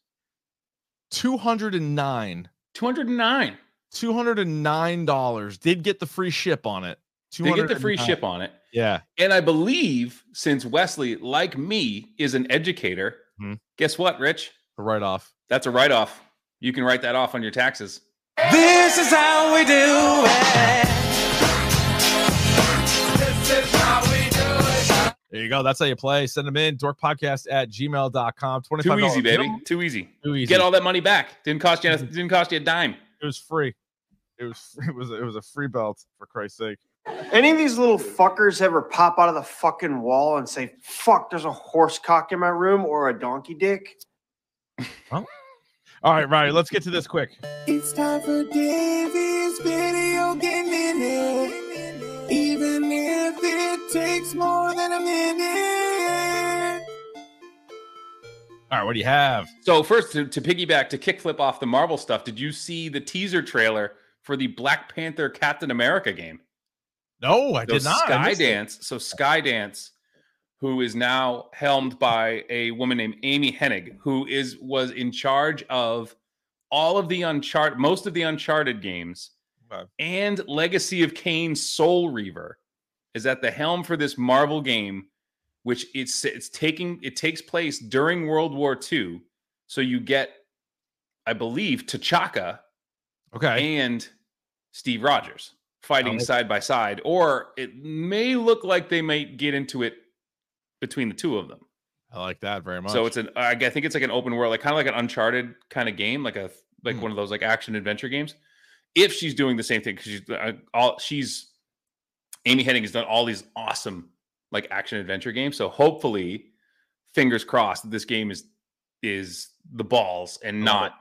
Speaker 9: Two hundred and nine.
Speaker 10: Two hundred and nine.
Speaker 9: Two hundred and nine dollars. Did get the free ship on it.
Speaker 10: They get the free
Speaker 9: $209.
Speaker 10: ship on it.
Speaker 9: Yeah.
Speaker 10: And I believe since Wesley, like me, is an educator,
Speaker 9: Mhm.
Speaker 10: guess what, Rich?
Speaker 9: The write off.
Speaker 10: That's a write off. You can write that off on your taxes.
Speaker 5: This is how we do it.
Speaker 4: This is how we do it.
Speaker 9: There you you go. That's how you play. Send them in. Dorkpodcast at gmail.com. $25.
Speaker 10: Too easy, baby.
Speaker 9: minimum.
Speaker 10: Too easy.
Speaker 9: Too easy.
Speaker 10: Get all that money back. Didn't cost you. Didn't cost you a dime.
Speaker 9: it was free. It was it was it was a free belt for Christ's sake.
Speaker 6: Any of these little fuckers ever pop out of the fucking wall and say, fuck, there's a horse cock in my room or a donkey dick?
Speaker 9: All right, Ryan, let's get to this quick.
Speaker 5: It's time for Davey's video game minute. Even if it takes more than a minute.
Speaker 9: All right, what do you have?
Speaker 10: So first, to, to piggyback, to kickflip off the Marvel stuff, did you see the teaser trailer for the Black Panther Captain America game?
Speaker 9: No, I
Speaker 10: So
Speaker 9: did not. I missed it.
Speaker 10: Skydance. So Skydance, who is now helmed by a woman named Amy Hennig, who is was in charge of all of the Uncharted, most of the Uncharted games,
Speaker 9: Okay.
Speaker 10: and Legacy of Kane Soul Reaver, is at the helm for this Marvel game, which it's it's taking it takes place during World War II. So you get, I believe, T'Chaka
Speaker 9: Okay.
Speaker 10: and Steve Rogers fighting
Speaker 9: Oh.
Speaker 10: side by side, or it may look like they might get into it between the two of them.
Speaker 9: I like that very much.
Speaker 10: So it's an I g- I think it's like an open world, like kind of like an Uncharted kind of game, like a like
Speaker 9: Hmm.
Speaker 10: one of those like action adventure games. If she's doing the same thing, because she's uh, all she's Amy Hennig has done all these awesome like action adventure games. So hopefully, fingers crossed that this game is is the balls and not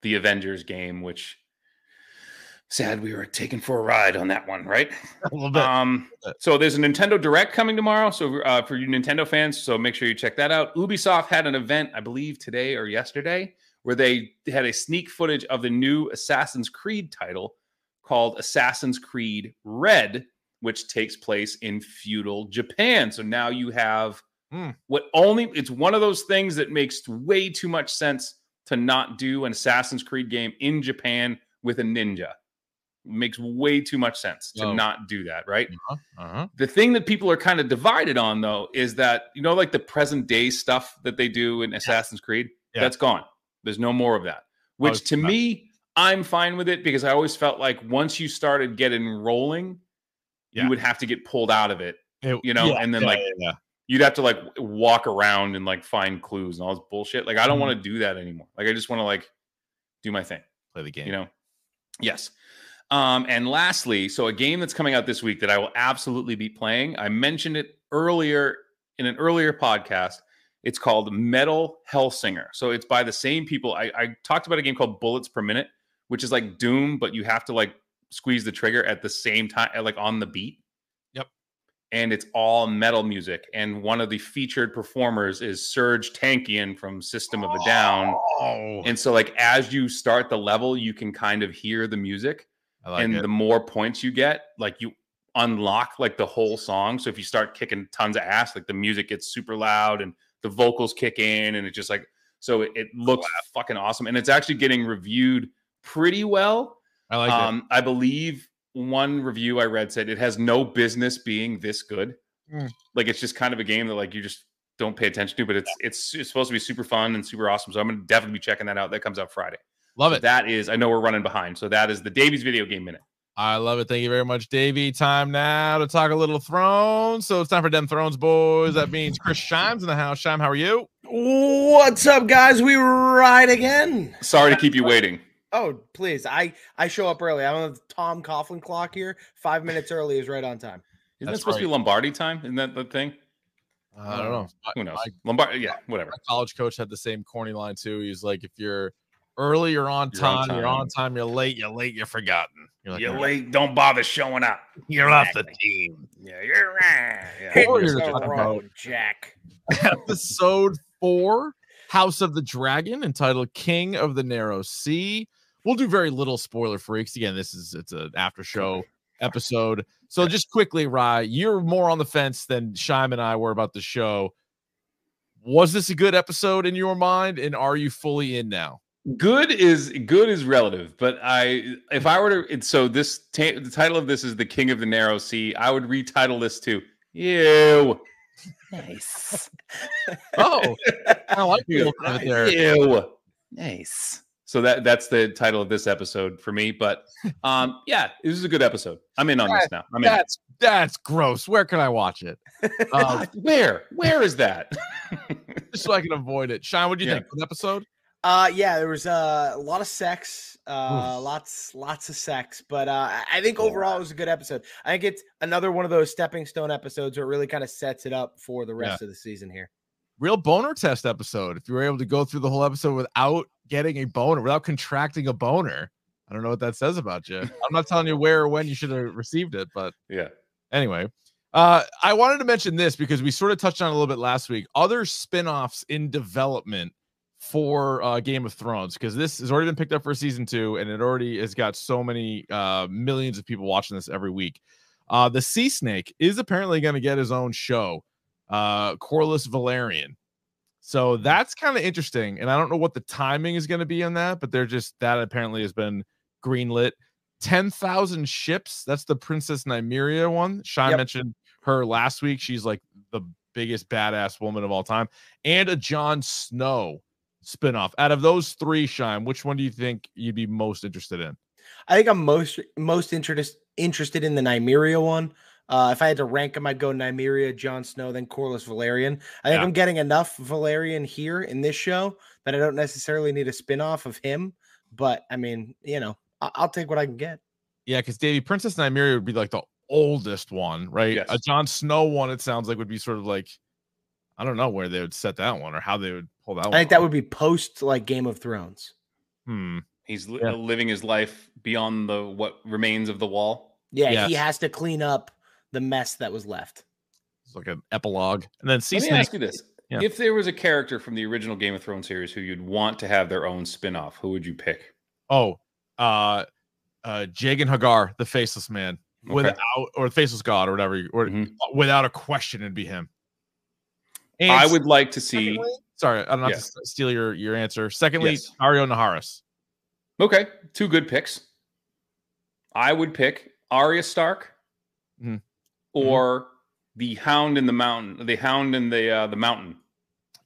Speaker 10: the Avengers game, which sad we were taken for a ride on that one, right?
Speaker 9: a little bit.
Speaker 10: Um,
Speaker 9: bit.
Speaker 10: so there's a Nintendo Direct coming tomorrow. So uh, for you Nintendo fans, so make sure you check that out. Ubisoft had an event, I believe, today or yesterday, where they had a sneak footage of the new Assassin's Creed title called Assassin's Creed Red, which takes place in feudal Japan. So now you have
Speaker 9: Hmm.
Speaker 10: what only it's one of those things that makes way too much sense to not do an Assassin's Creed game in Japan with a ninja. Makes way too much sense to
Speaker 9: Oh.
Speaker 10: not do that, right?
Speaker 9: Uh-huh, uh-huh.
Speaker 10: The thing that people are kind of divided on though is that you know, like the present day stuff that they do in Assassin's Creed,
Speaker 9: Yeah. Oh,
Speaker 10: that's gone. There's no more of that.
Speaker 9: was
Speaker 10: Which to
Speaker 9: about-
Speaker 10: me, I'm fine with it because I always felt like once you started getting rolling,
Speaker 9: Yeah.
Speaker 10: you would have to get pulled out of it.
Speaker 9: It-
Speaker 10: you know, and then, like,
Speaker 9: yeah.
Speaker 10: You'd have to like walk around and like find clues and all this bullshit. Like I
Speaker 9: Mm-hmm.
Speaker 10: don't want to do that anymore. Like I just want to like do my thing
Speaker 9: play the game.
Speaker 10: you know yes um and lastly so a game that's coming out this week that i will absolutely be playing i mentioned it earlier in an earlier podcast it's called metal hellsinger so it's by the same people i, I talked about a game called bullets per minute which is like doom but you have to like squeeze the trigger at the same time like on the beat
Speaker 9: Yep.
Speaker 10: and it's all metal music and one of the featured performers is serge tankian from system of a down
Speaker 9: Oh,
Speaker 10: and so, like, as you start the level, you can kind of hear the music.
Speaker 9: I like
Speaker 10: and
Speaker 9: it.
Speaker 10: the more points you get, like, you unlock like the whole song. So, if you start kicking tons of ass, like, the music gets super loud and the vocals kick in, and it just like, so it, it looks fucking awesome. And it's actually getting reviewed pretty well.
Speaker 9: I like it.
Speaker 10: um, I believe one review I read said it has no business being this good.
Speaker 9: Mm.
Speaker 10: Like, it's just kind of a game that, like, you just, don't pay attention to, but it's, it's it's supposed to be super fun and super awesome. So I'm gonna definitely be checking that out. That comes out Friday.
Speaker 9: Love
Speaker 10: So
Speaker 9: it.
Speaker 10: That is, I know we're running behind. So that is the Davies video game minute.
Speaker 9: I love it. Thank you very much, Davey. Time now to talk a little Thrones. So it's time for Dem Thrones, boys. That means Chris Shime's in the house. Shime, how are you?
Speaker 5: What's up, guys? We ride again.
Speaker 10: Sorry to keep you waiting.
Speaker 11: Oh, please. I I show up early. I'm on the Tom Coughlin clock here. Five minutes early is right on time.
Speaker 10: Isn't that
Speaker 9: That's
Speaker 10: supposed to be
Speaker 9: right.
Speaker 10: Lombardi time? Isn't that the thing?
Speaker 9: I don't know. My,
Speaker 10: Who knows?
Speaker 9: my-
Speaker 10: Lombardi, yeah, whatever.
Speaker 9: my college coach had the same corny line too. He's like, if you're early, you're on
Speaker 10: You're on
Speaker 9: time. You're on time. You're late. You're late. You're forgotten. You're like, "Oh,
Speaker 10: You're
Speaker 9: "All right,
Speaker 10: late. Don't bother showing up.
Speaker 9: You're off the team.
Speaker 10: Yeah, you're right. Yeah.
Speaker 9: Or
Speaker 11: You're
Speaker 9: you're
Speaker 11: so
Speaker 9: talking
Speaker 11: wrong,
Speaker 9: about-
Speaker 11: Jack.
Speaker 9: episode four, House of the Dragon, entitled King of the Narrow Sea. We'll do very little spoiler freaks. Again, this is it's an after show episode. So just quickly, Rye, you're more on the fence than Shime and I were about the show. Was this a good episode in your mind? And are you fully in now?
Speaker 10: Good is good is relative, but I if I were to it's so this ta- the title of this is the King of the Narrow Sea. I would retitle this to Ew.
Speaker 7: Nice.
Speaker 9: Oh, I like the
Speaker 10: Yeah.
Speaker 9: look of it there.
Speaker 10: Ew.
Speaker 7: Nice.
Speaker 10: So that that's the title of this episode for me. But um, yeah, this is a good episode. I'm in on this now. I'm in.
Speaker 9: That's that's gross. Where can I watch it? Um,
Speaker 10: Uh, Where? Where is that?
Speaker 9: just so I can avoid it. Sean, what do you think? Good episode?
Speaker 11: Uh, yeah, there was uh, a lot of sex, uh, lots, lots of sex, but uh, I- I think overall it was a good episode. I think it's another one of those stepping stone episodes where it really kind of sets it up for the rest
Speaker 9: Yeah.
Speaker 11: of the season here.
Speaker 9: Real boner test episode. If you were able to go through the whole episode without getting a boner, without contracting a boner, I don't know what that says about you. I'm not telling you where or when you should have received it, but
Speaker 10: Yeah.
Speaker 9: anyway uh i wanted to mention this because we sort of touched on it a little bit last week other spin-offs in development for uh game of thrones because this has already been picked up for season two and it already has got so many uh millions of people watching this every week uh the sea snake is apparently going to get his own show uh corliss valerian so that's kind of interesting and i don't know what the timing is going to be on that but they're just that apparently has been greenlit 10,000 ships. That's the Princess Nymeria one. Sean
Speaker 11: Yep.
Speaker 9: mentioned her last week. She's like the biggest badass woman of all time. And a Jon Snow spinoff. Out of those three, Sean, which one do you think you'd be most interested in?
Speaker 11: I think I'm most most interested interested in the Nymeria one. Uh, if I had to rank them, I'd go Nymeria, Jon Snow, then Corliss Valerian. I think
Speaker 9: Yeah.
Speaker 11: I'm getting enough Valerian here in this show that I don't necessarily need a spin-off of him. But I mean, you know, I- I'll take what I can get.
Speaker 9: Yeah, because Davy, Princess Nymeria would be like the oldest one, right? A
Speaker 10: Yes.
Speaker 9: Jon Snow one, it sounds like, would be sort of like, I don't know where they would set that one or how they would pull that
Speaker 11: I
Speaker 9: one.
Speaker 11: think that
Speaker 9: off.
Speaker 11: would be post like Game of Thrones.
Speaker 9: Hmm.
Speaker 10: He's li-
Speaker 9: Yeah.
Speaker 10: living his life beyond the what remains of the wall.
Speaker 11: Yeah, he
Speaker 9: Yes.
Speaker 11: has to clean up the mess that was left.
Speaker 9: It's like an epilogue. And then Sea
Speaker 10: Let me
Speaker 9: Snake-
Speaker 10: ask you this:
Speaker 9: Yeah.
Speaker 10: If there was a character from the original Game of Thrones series who you'd want to have their own spin-off, who would you pick?
Speaker 9: Oh, uh, uh, Jagan Hagar, the faceless man,
Speaker 10: Okay.
Speaker 9: without or the faceless god or whatever, you- or
Speaker 10: Mhm.
Speaker 9: without a question, it'd be him. And
Speaker 10: I would like to see.
Speaker 9: Sorry, I don't have
Speaker 10: Yeah.
Speaker 9: to s- steal your your answer. Secondly,
Speaker 10: Yes.
Speaker 9: Ario Naharis.
Speaker 10: Okay, two good picks. I would pick Arya Stark
Speaker 9: Mhm.
Speaker 10: or the Hound in the Mountain, the Hound in the uh, the Mountain,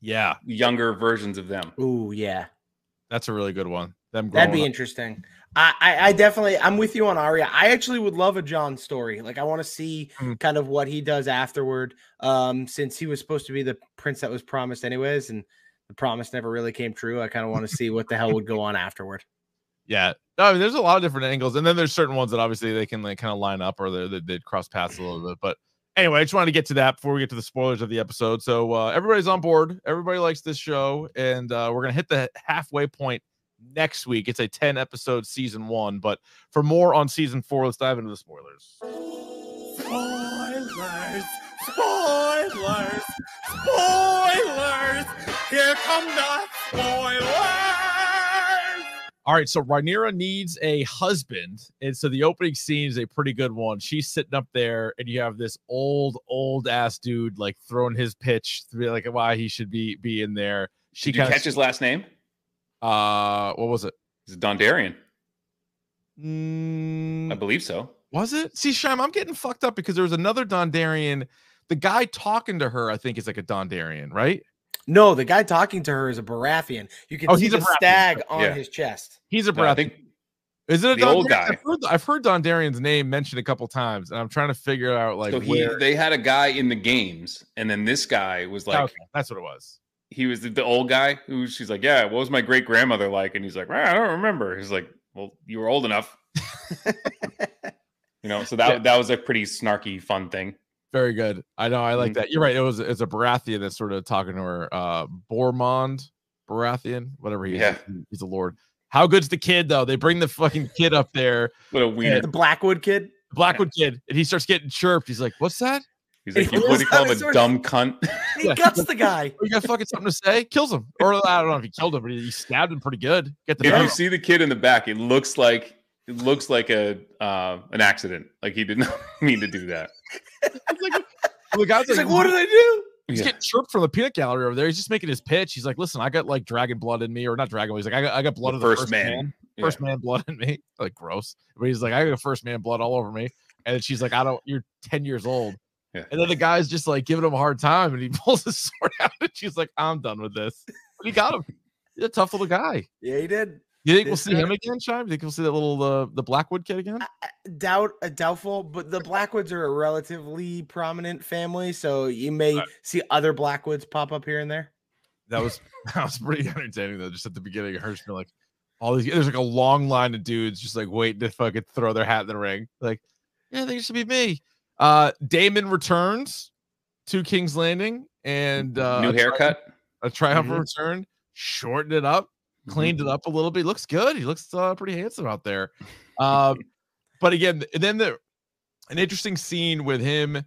Speaker 9: Yeah,
Speaker 10: younger versions of them.
Speaker 11: Ooh, yeah.
Speaker 9: that's a really good one. Them
Speaker 11: That'd
Speaker 9: growing
Speaker 11: be
Speaker 9: up.
Speaker 11: interesting. I, I, I definitely, I'm with you on Arya. I actually would love a John story. Like, I want to see
Speaker 9: Mhm.
Speaker 11: kind of what he does afterward. Um, since he was supposed to be the prince that was promised, anyways, and the promise never really came true. I kind of want to see what the hell would go on afterward.
Speaker 9: Yeah. No, I mean, there's a lot of different angles, and then there's certain ones that obviously they can like kind of line up or they they- they'd cross paths a little bit. But anyway, I just wanted to get to that before we get to the spoilers of the episode. So uh, everybody's on board. Everybody likes this show, and uh, we're gonna hit the halfway point next week. It's a 10 episode season one, but for more on season four, let's dive into the spoilers.
Speaker 5: Spoilers! Spoilers! Spoilers! Here come the spoilers!
Speaker 9: All right, so Rhaenyra needs a husband, and so the opening scene is a pretty good one. She's sitting up there, and you have this old, old ass dude like throwing his pitch to be like why he should be be in there. She
Speaker 10: Did you
Speaker 9: kind
Speaker 10: catch
Speaker 9: of
Speaker 10: his last name?
Speaker 9: uh, what was it?
Speaker 10: It's Dondarrion, I
Speaker 9: Mm,
Speaker 10: believe so.
Speaker 9: was it? See, Shime, I'm getting fucked up because there was another Dondarian. The guy talking to her, I think, is like a Dondarian, right?
Speaker 11: No, the guy talking to her is a Baratheon. You can
Speaker 9: Oh,
Speaker 11: see
Speaker 9: he's a
Speaker 11: the
Speaker 9: Baratheon.
Speaker 11: stag on
Speaker 10: Yeah.
Speaker 11: his chest.
Speaker 9: He's a
Speaker 10: No, I
Speaker 9: Baratheon.
Speaker 10: think
Speaker 9: is it a
Speaker 10: the old
Speaker 9: Dondarian?
Speaker 10: guy.
Speaker 9: I've heard, I've heard Dondarian's name mentioned a couple times, and I'm trying to figure out like
Speaker 10: so. He
Speaker 9: where.
Speaker 10: they had a guy in the games, and then this guy was like
Speaker 9: Okay, that's what it was.
Speaker 10: he was the, the old guy who she's like, yeah, what was my great grandmother like? And he's like, "Ah, I don't remember. He's like, well, you were old enough. you know, so that
Speaker 9: Yeah.
Speaker 10: that was a pretty snarky, fun thing.
Speaker 9: Very good. I know. I like
Speaker 10: Mhm.
Speaker 9: that. You're right. It was it's a Baratheon that's sort of talking to her. Uh Bormond, Baratheon, whatever he
Speaker 10: Yeah.
Speaker 9: is. He- He's a lord. How good's the kid though? They bring the fucking kid up there,
Speaker 10: What a wiener.
Speaker 11: The Blackwood kid.
Speaker 9: Blackwood kid, and he starts getting chirped. He's like, "What's that?
Speaker 10: He's like,
Speaker 11: He
Speaker 10: you, what
Speaker 11: was
Speaker 10: do you call
Speaker 11: having
Speaker 10: him a
Speaker 11: sort of-
Speaker 10: dumb cunt?
Speaker 11: He
Speaker 9: Yeah.
Speaker 11: guts the guy.
Speaker 9: Oh, you got fucking something to say?" Kills him, or I don't know if he killed him, but he, he stabbed him pretty good. Get the
Speaker 10: if you
Speaker 9: knife.
Speaker 10: see the kid in the back, it looks like it looks like a uh, an accident. Like he did not mean to do that.
Speaker 9: It's like- the guy's
Speaker 11: He's
Speaker 9: like,
Speaker 11: like, what did I do?
Speaker 9: He's
Speaker 10: Yeah.
Speaker 9: getting chirped from the peanut gallery over there. He's just making his pitch. He's like, "Listen, I got like dragon blood in me, or not dragon. Blood. He's like, I got I got blood
Speaker 10: The
Speaker 9: of the
Speaker 10: first
Speaker 9: first,
Speaker 10: man.
Speaker 9: man.
Speaker 10: Yeah.
Speaker 9: first man blood in me. Like gross. But he's like, I got first man blood all over me. And then she's like, I don't, you're 10 years old.
Speaker 10: Yeah.
Speaker 9: And then the guy's just like giving him a hard time and he pulls his sword out and she's like, I'm done with this. But he got him. He's a tough little guy.
Speaker 11: Yeah, he did.
Speaker 9: You think we'll
Speaker 11: This
Speaker 9: see him
Speaker 11: guy-
Speaker 9: again, Shime? Think we'll see that little uh, the Blackwood kid again?
Speaker 11: Doubt, uh, doubtful, but the Blackwoods are a relatively prominent family, so you may see other Blackwoods pop up here and there.
Speaker 9: That was that was pretty entertaining though. Just at the beginning, it hurts me like all these. There's like a long line of dudes just like waiting to fucking throw their hat in the ring. Like, yeah, I think it should be me. Uh, Damon returns to King's Landing and uh,
Speaker 10: New
Speaker 9: a tri-
Speaker 10: haircut?
Speaker 9: a triumphant
Speaker 10: Mhm.
Speaker 9: return, shortened it up, cleaned it up a little bit. Looks good. He looks uh, pretty handsome out there. Um, but again, and then the an interesting scene with him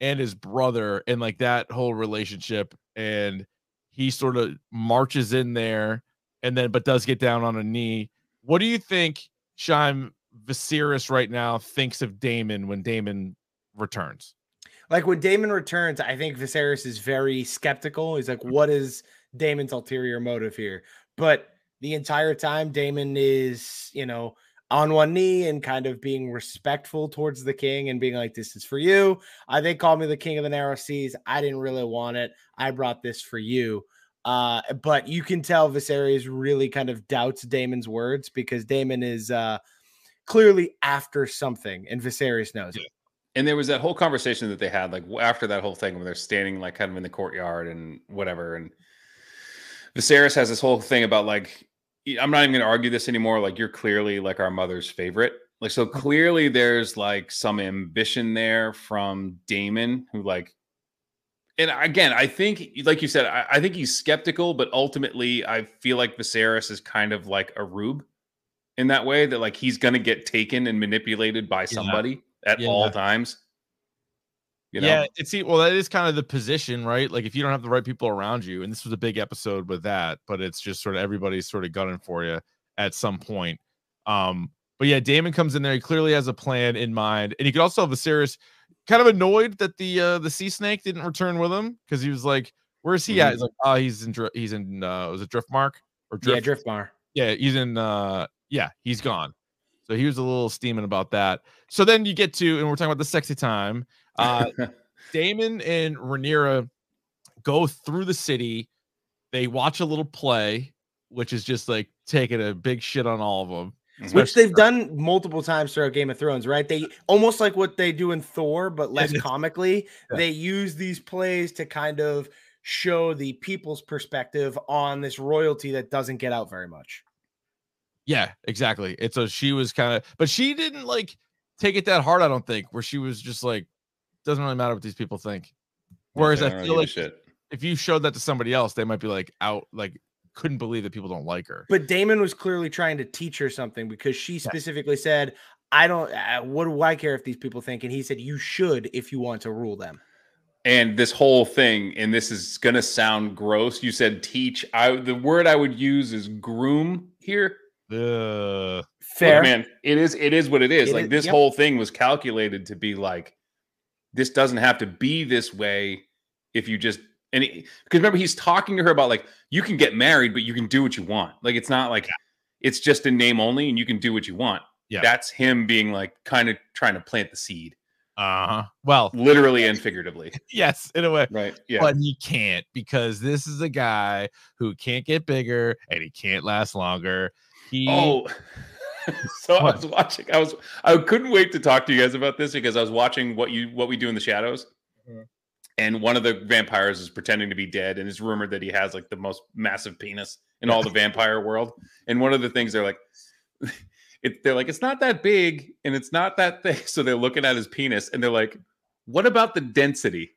Speaker 9: and his brother and like that whole relationship and he sort of marches in there and then but does get down on a knee what do you think shime Viserys right now thinks of damon when damon returns
Speaker 11: Like when Damon returns, I think Viserys is very skeptical. He's like, what is Damon's ulterior motive here? But the entire time, Damon is, you know, on one knee and kind of being respectful towards the king and being like, this is for you. Uh, they called me the king of the narrow seas. I didn't really want it. I brought this for you. Uh, but you can tell Viserys really kind of doubts Damon's words because Damon is uh, clearly after something and Viserys knows it.
Speaker 10: And there was that whole conversation that they had, like w- after that whole thing, where they're standing like kind of in the courtyard and whatever. And Viserys has this whole thing about like, y- I'm not even going to argue this anymore. Like, you're clearly like our mother's favorite. Like, so clearly there's like some ambition there from Damon, who like, and again, I think, like you said, I, I think he's skeptical, but ultimately, I feel like Viserys is kind of like a rube in that way that like he's going to get taken and manipulated by somebody at
Speaker 9: Yeah.
Speaker 10: all times. You know?
Speaker 9: yeah it's e- well that is kind of the position right like if you don't have the right people around you and this was a big episode with that but it's just sort of everybody's sort of gunning for you at some point um but yeah damon comes in there he clearly has a plan in mind and you could also have Viserys kind of annoyed that the uh the sea snake didn't return with him because he was like where's he
Speaker 10: Mm-hmm.
Speaker 9: at
Speaker 11: Mhm.
Speaker 9: he's like oh he's in Dri- he's in uh was it driftmark or
Speaker 11: Yeah, Driftmar.
Speaker 9: yeah, he's in uh yeah, he's gone. So he was a little steaming about that. So then you get to and we're talking about the sexy time. Uh Damon and Rhaenyra go through the city. They watch a little play, which is just like taking a big shit on all of them.
Speaker 10: Mm-hmm.
Speaker 11: which they've done multiple times throughout Game of Thrones, right? They almost like what they do in Thor, but less comically.
Speaker 9: Yeah.
Speaker 11: They use these plays to kind of show the people's perspective on this royalty that doesn't get out very much.
Speaker 9: Yeah, exactly. And so she was kind of, but she didn't like take it that hard. I don't think. Where she was just like, doesn't really matter what these people think. Whereas
Speaker 10: they
Speaker 9: I
Speaker 10: don't really
Speaker 9: feel
Speaker 10: give a
Speaker 9: like
Speaker 10: shit.
Speaker 9: if you showed that to somebody else, they might be like out, like couldn't believe that people don't like her.
Speaker 11: But Damon was clearly trying to teach her something because she specifically said, "I don't. Uh, what do I care if these people think?" And he said, "You should if you want to rule them."
Speaker 10: and this whole thing and this is going to sound gross you said teach i the word i would use is groom here
Speaker 9: uh
Speaker 11: Fair.
Speaker 10: man it is it is what it is
Speaker 11: It
Speaker 10: like
Speaker 11: is-
Speaker 10: this
Speaker 11: yep.
Speaker 10: whole thing was calculated to be like this doesn't have to be this way if you just and because remember he's talking to her about like you can get married but you can do what you want like it's not like it's just in name only and you can do what you want
Speaker 9: Yeah.
Speaker 10: that's him being like kind of trying to plant the seed
Speaker 9: uh-huh well
Speaker 10: literally and figuratively
Speaker 9: Yes, in a way.
Speaker 10: Right. Yeah.
Speaker 9: But he can't because this is a guy who can't get bigger and he can't last longer. He
Speaker 10: Oh, so I was watching. I was. I couldn't wait to talk to you guys about this because I was watching what you what we do in the shadows, Mm-hmm. and one of the vampires is pretending to be dead, and it's rumored that he has like the most massive penis in all the vampire world. And one of the things they're like, it, they're like, it's not that big, and it's not that thing. So they're looking at his penis, and they're like, what about the density?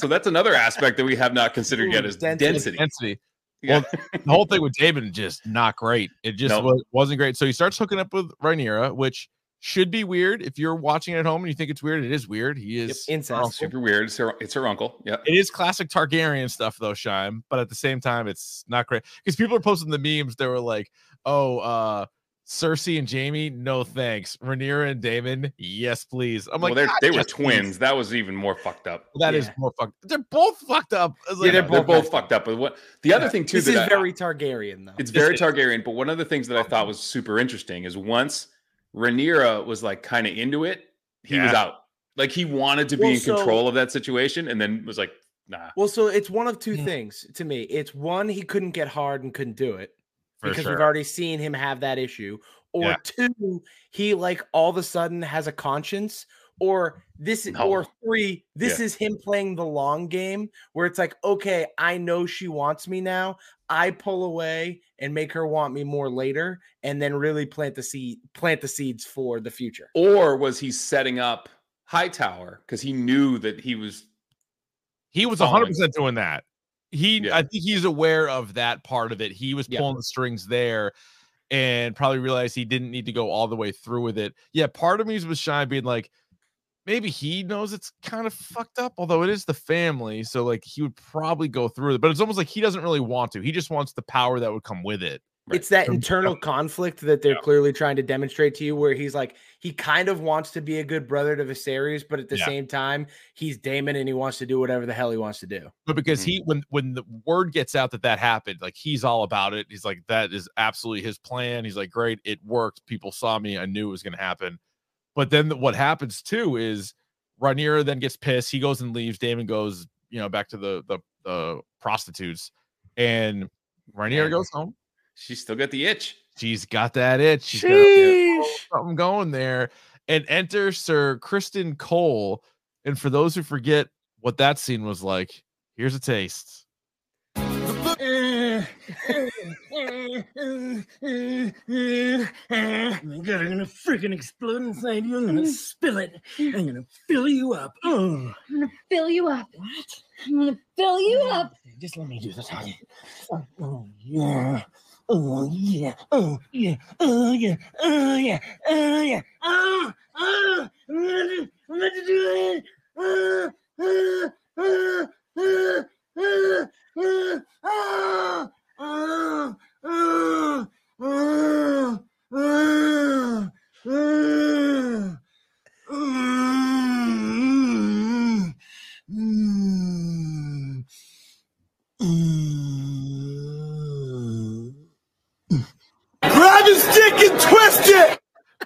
Speaker 10: so that's another aspect that we have not considered yet
Speaker 9: Ooh,
Speaker 10: is
Speaker 9: density.
Speaker 10: density.
Speaker 9: Density.
Speaker 10: Yeah.
Speaker 9: Well, the whole thing with Damon just not great. It just
Speaker 10: Nope.
Speaker 9: was, wasn't great. So he starts hooking up with Rhaenyra, which should be weird. If you're watching at home and you think it's weird, it is weird. He is
Speaker 10: It's super weird. It's her, it's her uncle. Yeah.
Speaker 9: It is classic Targaryen stuff, though, Shime. But at the same time, it's not great because people are posting the memes. They were like, "Oh, uh, Cersei and Jamie, no thanks. Rhaenyra and Damon, yes, please." I'm like,
Speaker 10: well,
Speaker 9: "God,
Speaker 10: they're- they were
Speaker 9: yes, please."
Speaker 10: twins. That was even more fucked up.
Speaker 9: That is more fucked. They're both fucked up. I was
Speaker 10: Yeah,
Speaker 9: like,
Speaker 10: they're,
Speaker 9: "Oh,
Speaker 10: both, fucked up. But what the other thing too
Speaker 11: This
Speaker 10: that
Speaker 11: is
Speaker 10: I-
Speaker 11: very Targaryen, though.
Speaker 10: it's
Speaker 11: This
Speaker 10: very
Speaker 11: is-
Speaker 10: Targaryen. But one of the things that I thought was super interesting is once Rhaenyra was like kind of into it, he was
Speaker 9: Yeah.
Speaker 10: out. Like he wanted to be
Speaker 11: Well,
Speaker 10: in
Speaker 11: so-
Speaker 10: control of that situation, and then was like, nah.
Speaker 11: Well, so it's one of two things to me. It's one, he couldn't get hard and couldn't do it.
Speaker 9: For
Speaker 11: because
Speaker 9: sure.
Speaker 11: we've already seen him have that issue. Or
Speaker 9: Yeah.
Speaker 11: two, he like all of a sudden has a conscience. Or this,
Speaker 10: No.
Speaker 11: or three, this
Speaker 10: Yeah.
Speaker 11: is him playing the long game where it's like, okay, I know she wants me now. I pull away and make her want me more later, and then really plant the seed, plant the seeds for the future.
Speaker 10: Or was he setting up Hightower because he knew that he was
Speaker 9: He was
Speaker 10: Following.
Speaker 9: 100% doing that. He, I think he's aware of that part of it. He was pulling the strings there and probably realized he didn't need to go all the way through with it. Yeah, part of me was shy being like, maybe he knows it's kind of fucked up, although it is the family. So, like, he would probably go through it, but it's almost like he doesn't really want to. He just wants the power that would come with it.
Speaker 11: It's that internal conflict that they're clearly trying to demonstrate to you, where he's like, he kind of wants to be a good brother to Viserys, but at the
Speaker 9: Yeah.
Speaker 11: same time, he's Damon and he wants to do whatever the hell he wants to do.
Speaker 9: but because he when when the word gets out that that happened like he's all about it he's like that is absolutely his plan he's like great it worked people saw me i knew it was going to happen but then what happens too is Rhaenyra then gets pissed he goes and leaves damon goes you know back to the the, the prostitutes and Rhaenyra
Speaker 10: Yeah.
Speaker 9: goes home
Speaker 10: she's still got the itch.
Speaker 9: she's got that itch she's got something going there and enter sir kristen cole and for those who forget what that scene was like here's a taste
Speaker 12: I'm gonna freaking explode inside you. I'm gonna spill it. I'm gonna fill you up. Oh,
Speaker 13: I'm gonna fill you up. What? I'm gonna fill you up.
Speaker 12: just let me do this. Oh, oh yeah. Oh yeah. Oh yeah. Oh yeah. Oh yeah. Oh yeah. Oh, oh I'm gonna do. I'm gonna do it. Oh, oh, oh, oh, oh, oh, oh, oh, oh, oh, oh, oh, oh, mm.
Speaker 4: Grab his dick and twist it!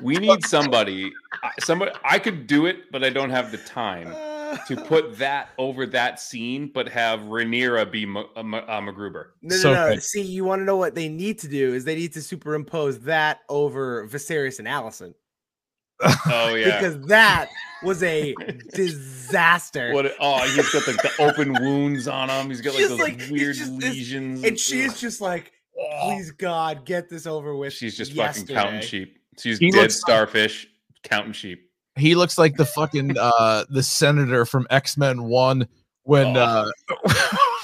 Speaker 10: We need somebody. I- Somebody I could do it, but I don't have the time
Speaker 12: oh.
Speaker 10: to put that over that scene, but have Rhaenyra be Ma- uh, Ma- uh, MacGruber.
Speaker 11: No, no, no. See, you want to know what they need to do is they need to superimpose that over Viserys and Allison
Speaker 10: Oh yeah.
Speaker 11: because that was a disaster.
Speaker 10: what? Oh, he's got like the open wounds on him. He's got like
Speaker 11: She's
Speaker 10: those
Speaker 11: like- it's
Speaker 10: weird
Speaker 11: just this-
Speaker 10: lesions.
Speaker 11: and she
Speaker 10: Ugh.
Speaker 11: is just like, please God, get this over with.
Speaker 10: She's just fucking counting
Speaker 11: yesterday."
Speaker 10: sheep. She's
Speaker 9: He
Speaker 10: dead
Speaker 9: looks-
Speaker 10: starfish counting sheep.
Speaker 9: He looks like the fucking uh the senator from X Men One when uh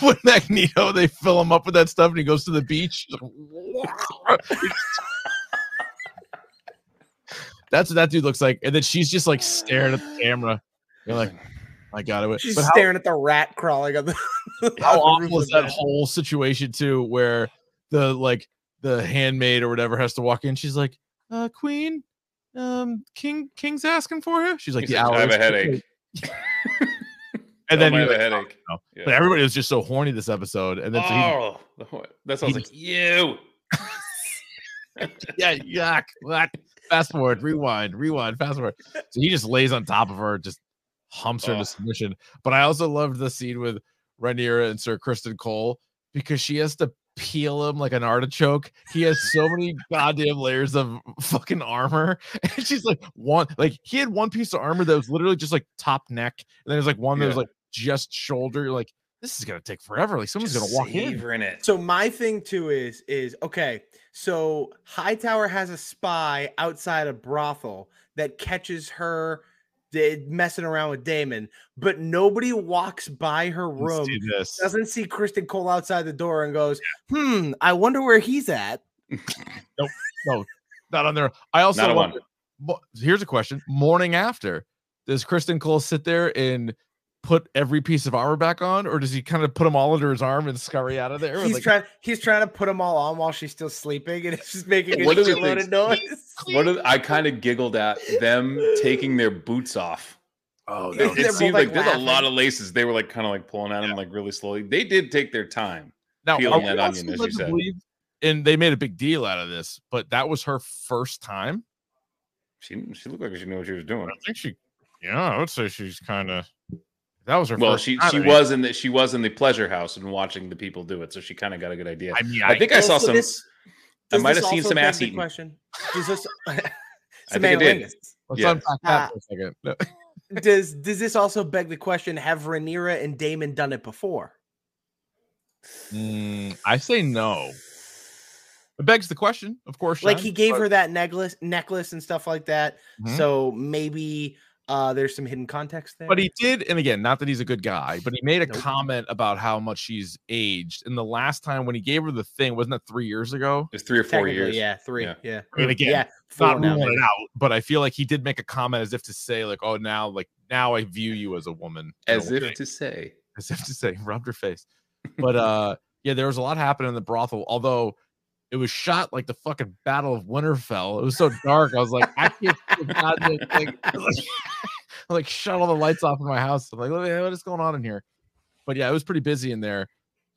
Speaker 9: when Magneto they fill him up with that stuff and he goes to the beach. That's what that dude looks like, and then she's just like staring at the camera. You're like, I got it.
Speaker 11: She's
Speaker 9: But how-
Speaker 11: staring at the rat crawling on the.
Speaker 9: how
Speaker 11: on the roof
Speaker 9: awful is
Speaker 11: of
Speaker 9: that
Speaker 11: that.
Speaker 9: whole situation too where the like the handmaid or whatever has to walk in she's like uh queen um king king's asking for her she's like
Speaker 10: He's
Speaker 9: yeah
Speaker 10: like, "I have a
Speaker 9: Alex."
Speaker 10: headache.
Speaker 9: and
Speaker 10: Tell him
Speaker 9: then
Speaker 10: I
Speaker 9: you're
Speaker 10: have a
Speaker 9: like,
Speaker 10: headache.
Speaker 9: "Oh, no."
Speaker 10: Yeah.
Speaker 9: but everybody was just so horny this episode and then so he-
Speaker 10: Oh, that sounds like you.
Speaker 9: yeah yuck what? fast forward rewind rewind fast forward so he just lays on top of her just humps her
Speaker 10: Oh.
Speaker 9: into submission but i also loved the scene with Rhaenyra and sir kristen cole because she has to peel him like an artichoke he has so many goddamn layers of fucking armor and she's like one like he had one piece of armor that was literally just like top neck and then there's like one that was
Speaker 10: Yeah.
Speaker 9: like just shoulder You're like this is gonna take forever like someone's gonna walk in
Speaker 10: savoring it.
Speaker 11: So my thing too is is okay. So Hightower has a spy outside a brothel that catches her da- messing around with Damon, but nobody walks by her
Speaker 9: Let's
Speaker 11: room.
Speaker 9: do this.
Speaker 11: Doesn't see Kristen Cole outside the door and goes, "Hmm, I wonder where he's at."
Speaker 9: Nope. No, not on there. I also
Speaker 10: Not a
Speaker 9: wonder- mo- here's a question. Morning after, does Kristen Cole sit there and put every piece of armor back on, or does he kind of put them all under his arm and scurry out of there? with,
Speaker 11: He's
Speaker 9: like-
Speaker 11: trying. He's trying to put them all on while she's still sleeping, and it's just making a
Speaker 10: What are the
Speaker 11: shitload
Speaker 10: things-
Speaker 11: of noise.
Speaker 10: What are, I kind of giggled at them taking their boots off.
Speaker 9: Oh,
Speaker 10: it,
Speaker 11: They're
Speaker 10: it
Speaker 11: both,
Speaker 10: seemed
Speaker 11: like,
Speaker 10: like, there's a lot of laces. They were like kind of like pulling at them like really slowly. They did take their time
Speaker 9: now,
Speaker 10: peeling that
Speaker 9: are we
Speaker 10: onion,
Speaker 9: also
Speaker 10: as
Speaker 9: led
Speaker 10: you
Speaker 9: to
Speaker 10: said.
Speaker 9: believe- and they made a big deal out of this, but that was her first time.
Speaker 10: She didn't- she looked like she knew what she was doing.
Speaker 9: I think she, yeah, I would say she's kind of. That was her.
Speaker 10: Well,
Speaker 9: first
Speaker 10: she
Speaker 9: time.
Speaker 10: she
Speaker 9: I mean,
Speaker 10: was in the she was in the pleasure house and watching the people do it, so she kind of got a good idea.
Speaker 9: I mean,
Speaker 10: I think I saw
Speaker 11: Also,
Speaker 10: some.
Speaker 11: this-
Speaker 10: I
Speaker 11: Does
Speaker 10: might
Speaker 11: this
Speaker 10: have seen
Speaker 11: also
Speaker 10: some
Speaker 11: beg
Speaker 10: ass
Speaker 11: the
Speaker 10: eating.
Speaker 11: Question. Does this?
Speaker 10: I think I did.
Speaker 11: Let's
Speaker 10: Let's Yeah.
Speaker 9: unpack that for a second. No.
Speaker 11: does does this also beg the question? Have Rhaenyra and Damon done it before?
Speaker 9: Mm, I say no. It begs the question, of course.
Speaker 11: like
Speaker 9: Sean,
Speaker 11: he gave
Speaker 9: but-
Speaker 11: her that necklace, necklace and stuff like that.
Speaker 10: Mm-hmm.
Speaker 9: Mhm.
Speaker 11: So maybe uh there's some hidden context there.
Speaker 9: But he did, and again, not that he's a good guy, but he made a comment about how much she's aged. And the last time when he gave her the thing, wasn't that three years ago?
Speaker 10: It's three or
Speaker 11: four Technically, years. yeah, three, yeah.
Speaker 9: I mean, again,
Speaker 11: Yeah,
Speaker 9: not
Speaker 11: four now,
Speaker 9: ruling it
Speaker 11: maybe.
Speaker 9: out, but I feel like he did make a comment as if to say, like, oh, now, like, now I view you as a woman. in a
Speaker 10: As if
Speaker 9: way.
Speaker 10: to say.
Speaker 9: as if to say, rubbed her face. But uh, yeah, there was a lot happening in the brothel, although. It was shot like the fucking Battle of Winterfell. It was so dark. I was like, I can't. see the goddamn thing. I like shut all the lights off in my house. I'm like, what what is going on in here? But yeah, it was pretty busy in there.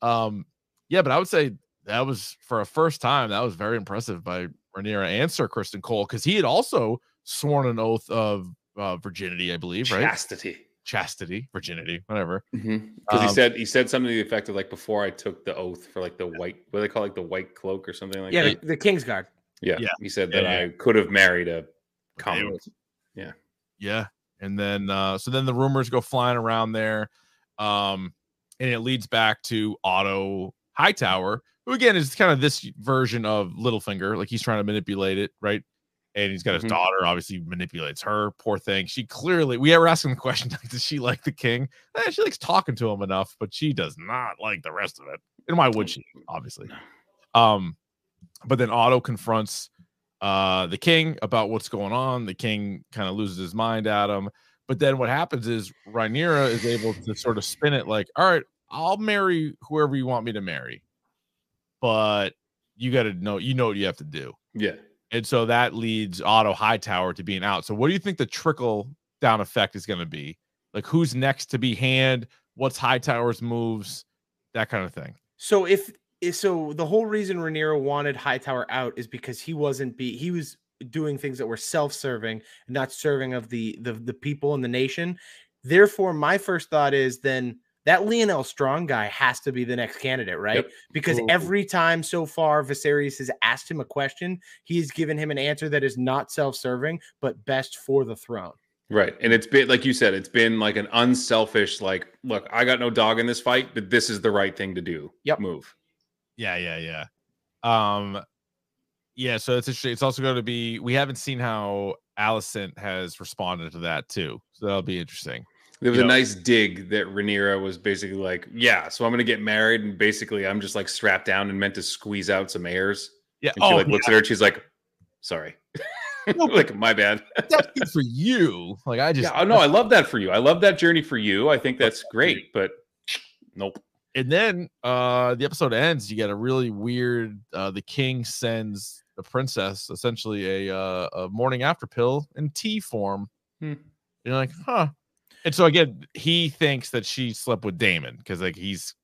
Speaker 9: Um, yeah, but I would say that was for a first time, that was very impressive by Rhaenyra and Sir Kristen Cole because he had also sworn an oath of uh, virginity, I believe, right?
Speaker 10: Chastity.
Speaker 9: Chastity, virginity, whatever.
Speaker 10: Because Mm-hmm. he
Speaker 9: Um,
Speaker 10: said he said something to the effect of like before I took the oath for like the white what do they call like the white cloak or something like
Speaker 11: yeah,
Speaker 10: that.
Speaker 11: the, the Kingsguard.
Speaker 10: Yeah.
Speaker 9: Yeah.
Speaker 10: He said
Speaker 9: Yeah,
Speaker 10: that
Speaker 9: yeah.
Speaker 10: I could have married a common. Yeah.
Speaker 9: Yeah. And then uh so then the rumors go flying around there. Um and it leads back to Otto Hightower, who again is kind of this version of Littlefinger, like he's trying to manipulate it, right? And he's got his
Speaker 10: Mhm.
Speaker 9: daughter, obviously manipulates her. Poor thing. She clearly we were asking the question, like, does she like the king? Eh, she likes talking to him enough, but she does not like the rest of it. And why would she? Obviously. Um, but then Otto confronts uh the king about what's going on. The king kind of loses his mind at him. But then what happens is Rhaenyra is able to sort of spin it like, all right, I'll marry whoever you want me to marry, but you got to know, you know what you have to do.
Speaker 10: Yeah.
Speaker 9: And so that leads Otto Hightower to being out. So what do you think the trickle down effect is going to be? Like who's next to be hand? What's Hightower's moves? That kind of thing.
Speaker 11: So if if- so, the whole reason Rhaenyra wanted Hightower out is because he wasn't be he was doing things that were self-serving, not serving of the the the people and the nation. Therefore, my first thought is then that Lionel Strong guy has to be the next candidate, right?
Speaker 10: Yep.
Speaker 11: Because
Speaker 10: Ooh.
Speaker 11: every time so far Viserys has asked him a question, he's given him an answer that is not self-serving but best for the throne.
Speaker 10: Right. And it's been like you said, it's been like an unselfish, like, look, I got no dog in this fight, but this is the right thing to do.
Speaker 11: Yep.
Speaker 10: Move.
Speaker 9: Yeah, yeah, yeah. Um, yeah. So it's interesting. It's also going to be. We haven't seen how Allison has responded to that too. So that'll be interesting.
Speaker 10: There was
Speaker 9: You
Speaker 10: a
Speaker 9: know,
Speaker 10: nice dig that Rhaenyra was basically like, yeah, so I'm gonna get married, and basically I'm just like strapped down and meant to squeeze out some airs.
Speaker 9: Yeah.
Speaker 10: And she
Speaker 9: oh,
Speaker 10: like looks at her, and she's like, sorry. like my bad.
Speaker 9: that's good for you. Like I just.
Speaker 10: yeah, oh, no, I love that for you. I love that journey for you. I think that's great, but nope.
Speaker 9: and then uh the episode ends you get a really weird uh the king sends the princess essentially a uh a morning after pill in tea form
Speaker 10: Hmm.
Speaker 9: you're like huh and so again he thinks that she slept with damon because like he's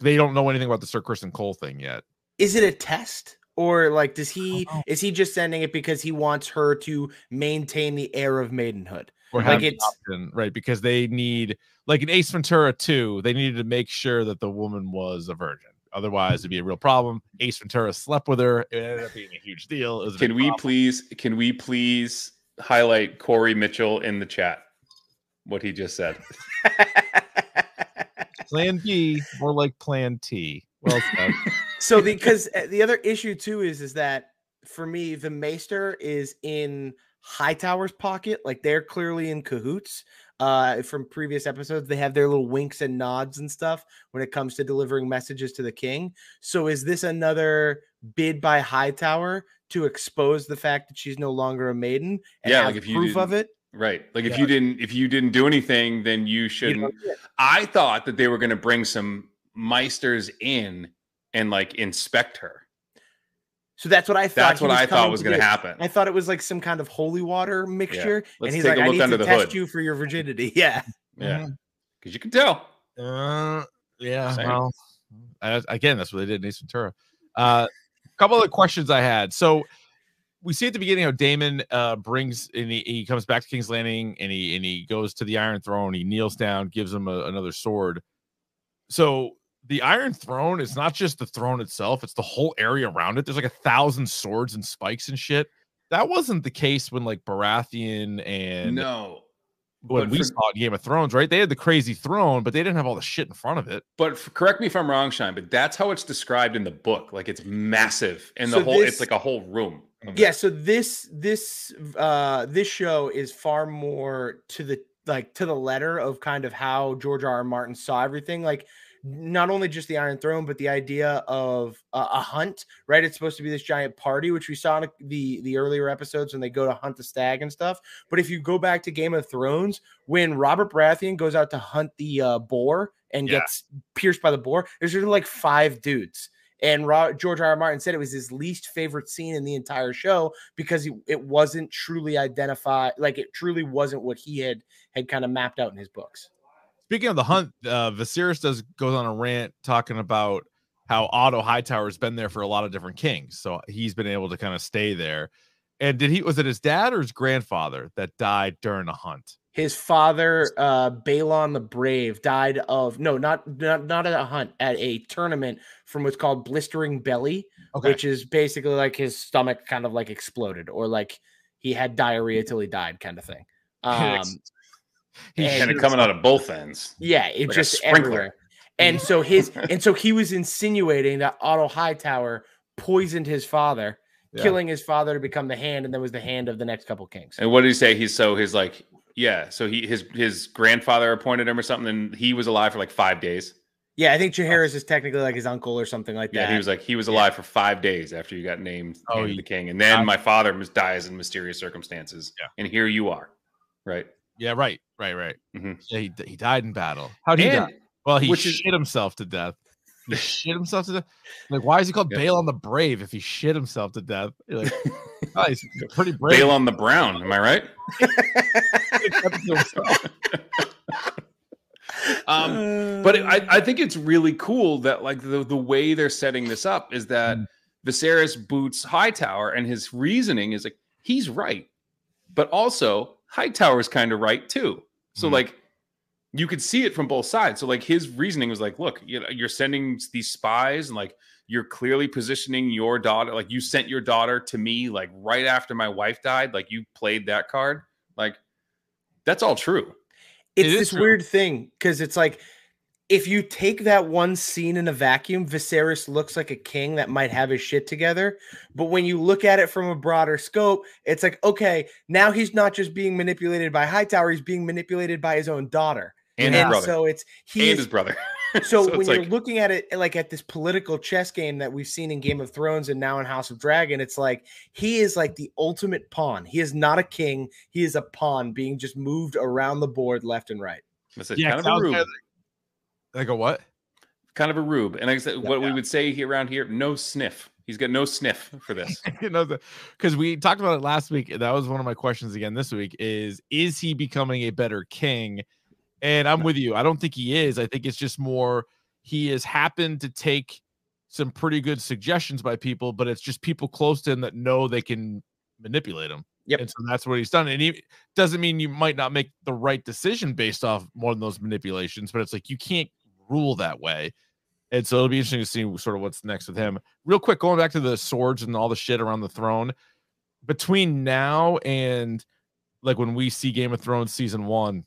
Speaker 9: they don't know anything about the sir kristen cole thing yet
Speaker 11: is it a test or like does he is he just sending it because he wants her to maintain the air of maidenhood
Speaker 9: or
Speaker 11: like
Speaker 9: have
Speaker 11: it's
Speaker 9: adoption, right because they need like an ace ventura 2 they needed to make sure that the woman was a virgin otherwise it'd be a real problem ace ventura slept with her it ended up being a huge deal It was a
Speaker 10: Can
Speaker 9: big
Speaker 10: we
Speaker 9: problem.
Speaker 10: please? Can we please highlight Corey Mitchell in the chat? What he just said.
Speaker 9: Plan B, more like Plan T. Well said.
Speaker 11: so because uh, the other issue too is is that for me the maester is in hightower's pocket like they're clearly in cahoots uh from previous episodes they have their little winks and nods and stuff when it comes to delivering messages to the king so is this another bid by hightower to expose the fact that she's no longer a maiden and
Speaker 10: Yeah,
Speaker 11: have
Speaker 10: like if you
Speaker 11: proof of
Speaker 10: didn't-
Speaker 11: it
Speaker 10: Right. Like if
Speaker 11: Yeah.
Speaker 10: you didn't if you didn't do anything, then you shouldn't. I thought that they were going to bring some meisters in and like inspect her.
Speaker 11: So that's what I thought.
Speaker 10: That's
Speaker 11: he
Speaker 10: what I thought
Speaker 11: coming
Speaker 10: was
Speaker 11: to
Speaker 10: gonna
Speaker 11: do.
Speaker 10: happen.
Speaker 11: I thought it was like some kind of holy water mixture,
Speaker 10: Let's
Speaker 11: and he's
Speaker 10: take
Speaker 11: like,
Speaker 10: a
Speaker 11: "I
Speaker 10: look
Speaker 11: need
Speaker 10: under the
Speaker 11: to test
Speaker 10: hood."
Speaker 11: you for your virginity." Yeah,
Speaker 10: Yeah.
Speaker 11: uh-huh.
Speaker 10: Because you can tell.
Speaker 9: Uh, yeah.
Speaker 10: Same.
Speaker 9: Well, I- again, that's what they did in Ace Ventura. Uh, a couple of questions I had. So we see at the beginning how Damon uh, brings and he, he comes back to King's Landing and he and he goes to the Iron Throne. He kneels down, gives him a, another sword. So the Iron Throne is not just the throne itself, it's the whole area around it. There's like a thousand swords and spikes and shit. That wasn't the case when like Baratheon and
Speaker 10: No.
Speaker 9: when
Speaker 10: but
Speaker 9: we
Speaker 10: for-
Speaker 9: saw it in Game of Thrones, right? They had the crazy throne, but they didn't have all the shit in front of it.
Speaker 10: But f- correct me if I'm wrong, Shine, but that's how it's described in the book. Like it's massive, and the
Speaker 11: So
Speaker 10: whole
Speaker 11: this-
Speaker 10: it's like a whole room. of
Speaker 11: yeah so this this uh this show is far more to the like to the letter of kind of how george r r martin saw everything like not only just the iron throne but the idea of uh, a hunt right it's supposed to be this giant party which we saw in the the earlier episodes when they go to hunt the stag and stuff but if you go back to game of thrones when robert baratheon goes out to hunt the uh, boar and
Speaker 9: Yeah.
Speaker 11: gets pierced by the boar there's really like five dudes and Ro- George R. R. Martin said it was his least favorite scene in the entire show because he- it wasn't truly identified, like it truly wasn't what he had had kind of mapped out in his books.
Speaker 9: Speaking of the hunt, uh, Viserys does goes on a rant talking about how Otto Hightower has been there for a lot of different kings, so he's been able to kind of stay there. And did he was it his dad or his grandfather that died during a hunt?
Speaker 11: His father, uh, Balon the Brave, died of no, not not not at a hunt, at a tournament from what's called blistering belly,
Speaker 9: Okay.
Speaker 11: which is basically like his stomach kind of like exploded or like he had diarrhea till he died, kind of thing. Um,
Speaker 10: He's
Speaker 11: and-
Speaker 10: kind of coming out of both ends.
Speaker 11: Yeah, it
Speaker 10: Like a
Speaker 11: just
Speaker 10: sprinkler.
Speaker 11: everywhere. And so his and so he was insinuating that Otto Hightower poisoned his father,
Speaker 10: Yeah.
Speaker 11: killing his father to become the hand, and then was the hand of the next couple kings.
Speaker 10: And what did he say? He's so he's like, yeah. So he his his grandfather appointed him or something, and he was alive for like five days.
Speaker 11: Yeah, I think Jaehaerys is technically like his uncle or something like
Speaker 10: Uh, Yeah,
Speaker 11: that.
Speaker 10: he was like he was alive for five days after you got named
Speaker 11: Oh,
Speaker 10: hand of
Speaker 11: you-
Speaker 10: the king, and then my father mis- dies in mysterious circumstances. Yeah, and here you are, right?
Speaker 9: Yeah, right, right, right.
Speaker 10: Mhm.
Speaker 9: Yeah, he, d- he died in battle. How did Mm-hmm. he
Speaker 10: And-
Speaker 9: die? Well, he
Speaker 10: which is-
Speaker 9: shit himself to death. He shit himself to death. Like, why is he called Bail on the Brave if he shit himself to death? You're like, oh, he's pretty brave.
Speaker 10: Bail on the Brown. Am I right? um, but I, I think it's really cool that like the, the way they're setting this up is that Viserys boots Hightower, and his reasoning is like he's right, but also Hightower is kind of right too. So like you could see it from both sides. So like his reasoning was like, look, you know, you're sending these spies and like you're clearly positioning your daughter, like you sent your daughter to me like right after my wife died, like you played that card. Like that's all true.
Speaker 11: it's this weird thing because it's like if you take that one scene in a vacuum, Viserys looks like a king that might have his shit together. But when you look at it from a broader scope, it's like, okay, now he's not just being manipulated by Hightower, he's being manipulated by his own daughter.
Speaker 10: And his brother.
Speaker 11: so it's
Speaker 10: and
Speaker 11: he is
Speaker 10: his brother.
Speaker 11: so,
Speaker 10: it's
Speaker 11: when you're
Speaker 10: like-
Speaker 11: looking at it like at this political chess game that we've seen in Game of Thrones and now in House of Dragon, it's like he is like the ultimate pawn. He is not a king. He is a pawn being just moved around the board left and right.
Speaker 10: That's a
Speaker 11: Yeah,
Speaker 10: kind of a
Speaker 11: sounds
Speaker 10: rube.
Speaker 11: kinda
Speaker 9: Like a what?
Speaker 10: Kind of a rube. And like I said, what we would say here around here, no sniff. He's got no sniff for this.
Speaker 9: you know because we talked about it last week and that was one of my questions again this week is is he becoming a better king and i'm with you i don't think he is i think it's just more he has happened to take some pretty good suggestions by people but it's just people close to him that know they can manipulate him
Speaker 11: Yep.
Speaker 9: and so that's what he's done and he doesn't mean you might not make the right decision based off more than those manipulations but it's like you can't rule that way and so it'll be interesting to see sort of what's next with him. Real quick, going back to the swords and all the shit around the throne. Between now and like when we see Game of Thrones season one,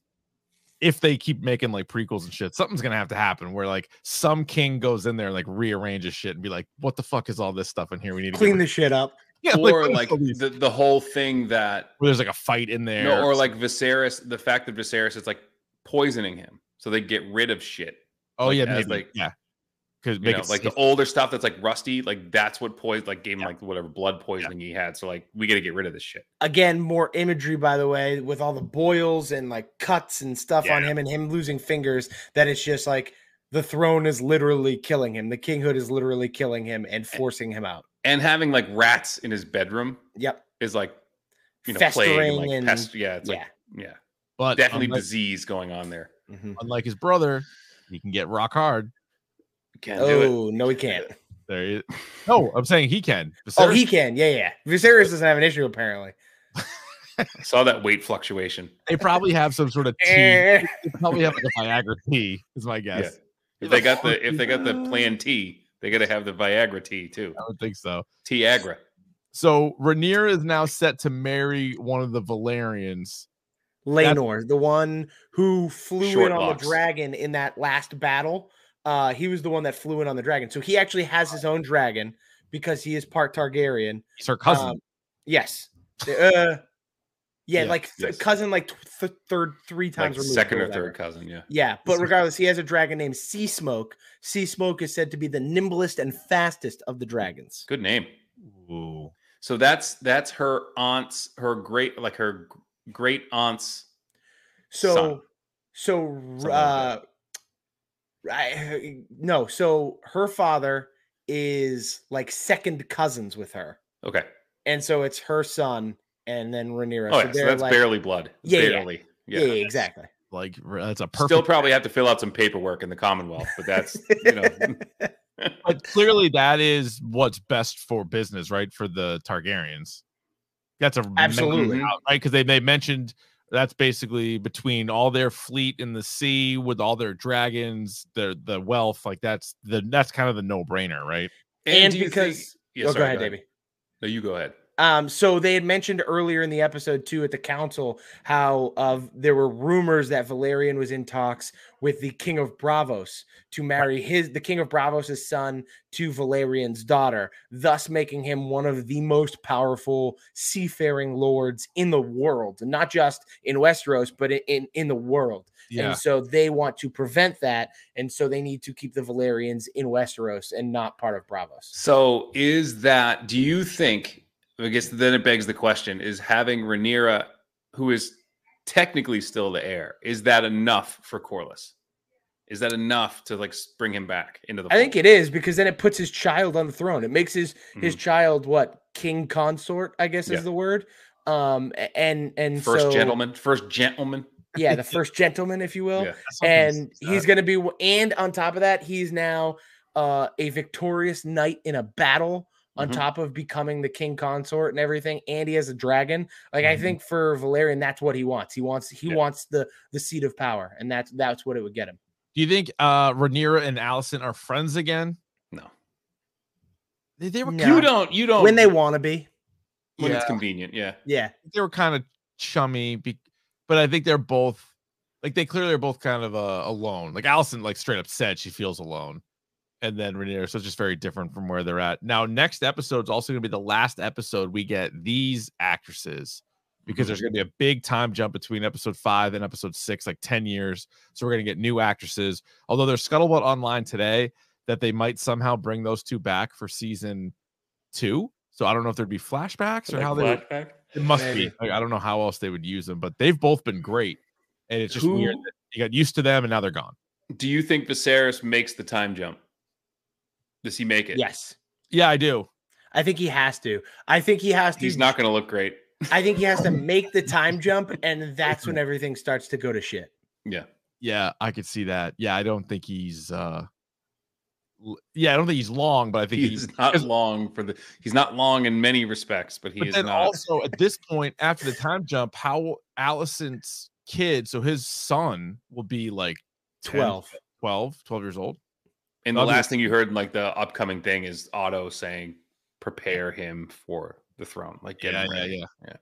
Speaker 9: if they keep making like prequels and shit, something's gonna have to happen where like some king goes in there and like rearranges shit and be like, "What the fuck is all this stuff in here? We need to
Speaker 11: Clean
Speaker 9: get
Speaker 11: the shit up.
Speaker 9: Yeah, like,
Speaker 10: or
Speaker 9: what is
Speaker 10: like
Speaker 9: all these-
Speaker 10: the, the whole thing that
Speaker 9: where there's like a fight in there,
Speaker 10: No, or like Viserys, the fact that Viserys is like poisoning him, so they get rid of shit.
Speaker 9: oh
Speaker 10: Like,
Speaker 9: yeah,
Speaker 10: as,
Speaker 9: maybe.
Speaker 10: like
Speaker 9: yeah, because
Speaker 10: you know, like the older stuff that's like rusty, like that's what poison, like gave him like whatever blood poisoning he had. So like we got to get rid of this shit.
Speaker 11: Again, more imagery, by the way, with all the boils and like cuts and stuff on him and him losing fingers, that it's just like the throne is literally killing him. The kinghood is literally killing him and forcing him out.
Speaker 10: And having like rats in his bedroom,
Speaker 11: yep,
Speaker 10: is like you know plague and, like
Speaker 11: Festering and-
Speaker 10: pest. Yeah, it's like yeah,
Speaker 9: But
Speaker 10: definitely
Speaker 9: unlike-
Speaker 10: disease going on there.
Speaker 11: Mm-hmm.
Speaker 9: unlike his brother, he can get rock hard.
Speaker 10: Can't
Speaker 11: Oh, no, he can't.
Speaker 9: There he No, I'm saying he can.
Speaker 11: Oh, he
Speaker 9: Viserys-
Speaker 11: can. Yeah, yeah. Viserys doesn't have an issue apparently.
Speaker 10: I saw that weight fluctuation.
Speaker 9: They probably have some sort of tea.
Speaker 11: Eh.
Speaker 9: They probably have like a Viagra tea, is my guess.
Speaker 10: It If they got the if they got the Plan T, they got to have the Viagra T too.
Speaker 9: I would think so.
Speaker 10: Tiagra.
Speaker 9: So Rhaenyra is now set to marry one of the Valerians.
Speaker 11: Laenor, the one who flew in on
Speaker 9: Shortlocks.
Speaker 11: the dragon in that last battle. Uh, he was the one that flew in on the dragon. So he actually has his own dragon because he is part Targaryen. Um,
Speaker 9: He's her cousin.
Speaker 10: Um,
Speaker 11: yes. Uh, yeah,
Speaker 10: Yeah,
Speaker 11: like th-
Speaker 10: yes.
Speaker 11: cousin, like th- th- third, three
Speaker 10: Like
Speaker 11: times removed.
Speaker 10: second or
Speaker 11: whatever.
Speaker 10: third cousin, yeah.
Speaker 11: Yeah, but regardless, he has a dragon named Sea Smoke. Sea Smoke is said to be the nimblest and fastest of the dragons.
Speaker 10: Good name. So that's that's her aunt's her great like her g- great aunt's
Speaker 11: So,
Speaker 10: son.
Speaker 11: so uh, I, no, so her father is like second cousins with her,
Speaker 10: Okay.
Speaker 11: and so it's her son, and then Rhaenyra.
Speaker 10: Oh, yeah, so
Speaker 11: they're,
Speaker 10: that's
Speaker 11: like-
Speaker 10: barely blood.
Speaker 11: Yeah, yeah.
Speaker 10: barely.
Speaker 11: Yeah, yeah, exactly.
Speaker 9: Like that's a
Speaker 10: Still probably have to fill out some paperwork in the Commonwealth, but that's you know
Speaker 9: But clearly, that is what's best for business, right? For the Targaryens. That's a main
Speaker 11: Absolutely.
Speaker 9: route, right because they they mentioned that's basically between all their fleet in the sea with all their dragons, the the wealth. Like that's the that's kind of the no brainer, right?
Speaker 11: And,
Speaker 10: do you
Speaker 11: because
Speaker 10: think- yeah,
Speaker 11: Oh,
Speaker 10: sorry,
Speaker 11: go ahead,
Speaker 10: go ahead.
Speaker 11: Davey.
Speaker 10: no, you go ahead.
Speaker 11: Um, so they had mentioned earlier in the episode too at the council how uh, there were rumors that Valerian was in talks with the King of Bravos to marry his the King of Bravos' son to Valerian's daughter, thus making him one of the most powerful seafaring lords in the world, not just in Westeros, but in in, in the world.
Speaker 9: Yeah.
Speaker 11: And so they want to prevent that, and so they need to keep the Valerians in Westeros and not part of Bravos.
Speaker 10: So is that do you think I guess then it begs the question is having Rhaenyra who is technically still the heir is that enough for Corlys? Is that enough to like s- bring him back into the
Speaker 11: I think it is because then it puts his child on the throne. It makes his his
Speaker 10: Mhm.
Speaker 11: child what king consort, I guess
Speaker 10: Yeah.
Speaker 11: is the word. Um, a- and and
Speaker 10: first
Speaker 11: so,
Speaker 10: gentleman, first gentleman.
Speaker 11: yeah, the first gentleman, if you will.
Speaker 10: Yeah.
Speaker 11: And he's gonna be, and on top of that, he's now uh, a victorious knight in a battle. On
Speaker 10: Mhm.
Speaker 11: top of becoming the king consort and everything, and he has a dragon. Like
Speaker 10: Mm-hmm.
Speaker 11: I think for Valerian, that's what he wants. He wants he wants the the seat of power, and that's that's what it would get him.
Speaker 9: Do you think uh Rhaenyra and Allison are friends again?
Speaker 10: No.
Speaker 9: They, they were
Speaker 11: No.
Speaker 9: kinda-
Speaker 10: You don't you don't
Speaker 11: when they want to be.
Speaker 10: when it's
Speaker 9: Yeah.
Speaker 10: convenient, yeah.
Speaker 11: Yeah.
Speaker 9: they were kind of chummy, be- but I think they're both like they clearly are both kind of uh, alone. Like Allison, like straight up said, she feels alone, and then Rhaenyra. So it's just very different from where they're at now. Next episode's also going to be the last episode we get these actresses because there's going to be a big time jump between episode five and episode six, like ten years. So we're going to get new actresses. Although there's scuttlebutt online today that they might somehow bring those two back for season two. So I don't know if there'd be flashbacks or
Speaker 10: Like
Speaker 9: how they would-
Speaker 10: flashback?
Speaker 9: it must
Speaker 10: Maybe.
Speaker 9: be. Like, I don't know how else they would use them, but they've both been great, and it's just weird
Speaker 10: Who-
Speaker 9: that you got used to them and now they're gone.
Speaker 10: Do you think Viserys makes the time jump? Does he make it?
Speaker 11: Yes.
Speaker 9: Yeah, I do.
Speaker 11: I think he has to. I think he has to.
Speaker 10: He's not going to look great.
Speaker 11: I think he has to make the time jump, and that's when everything starts to go to shit.
Speaker 10: Yeah.
Speaker 9: Yeah, I could see that. Yeah, I don't think he's. uh l- Yeah, I don't think he's long, but I think he's.
Speaker 10: He's not long for the he's not long in many respects, but he
Speaker 9: But
Speaker 10: is
Speaker 9: then
Speaker 10: not
Speaker 9: also at this point, after the time jump, how Allison's kid, so his son, will be like 10,
Speaker 10: 12.
Speaker 9: 12, 12 years old.
Speaker 10: And the
Speaker 9: That'll be-
Speaker 10: last thing you heard in like the upcoming thing is Otto saying, "Prepare him for the throne." Like, get him
Speaker 9: Yeah, yeah,
Speaker 10: ready.
Speaker 9: yeah.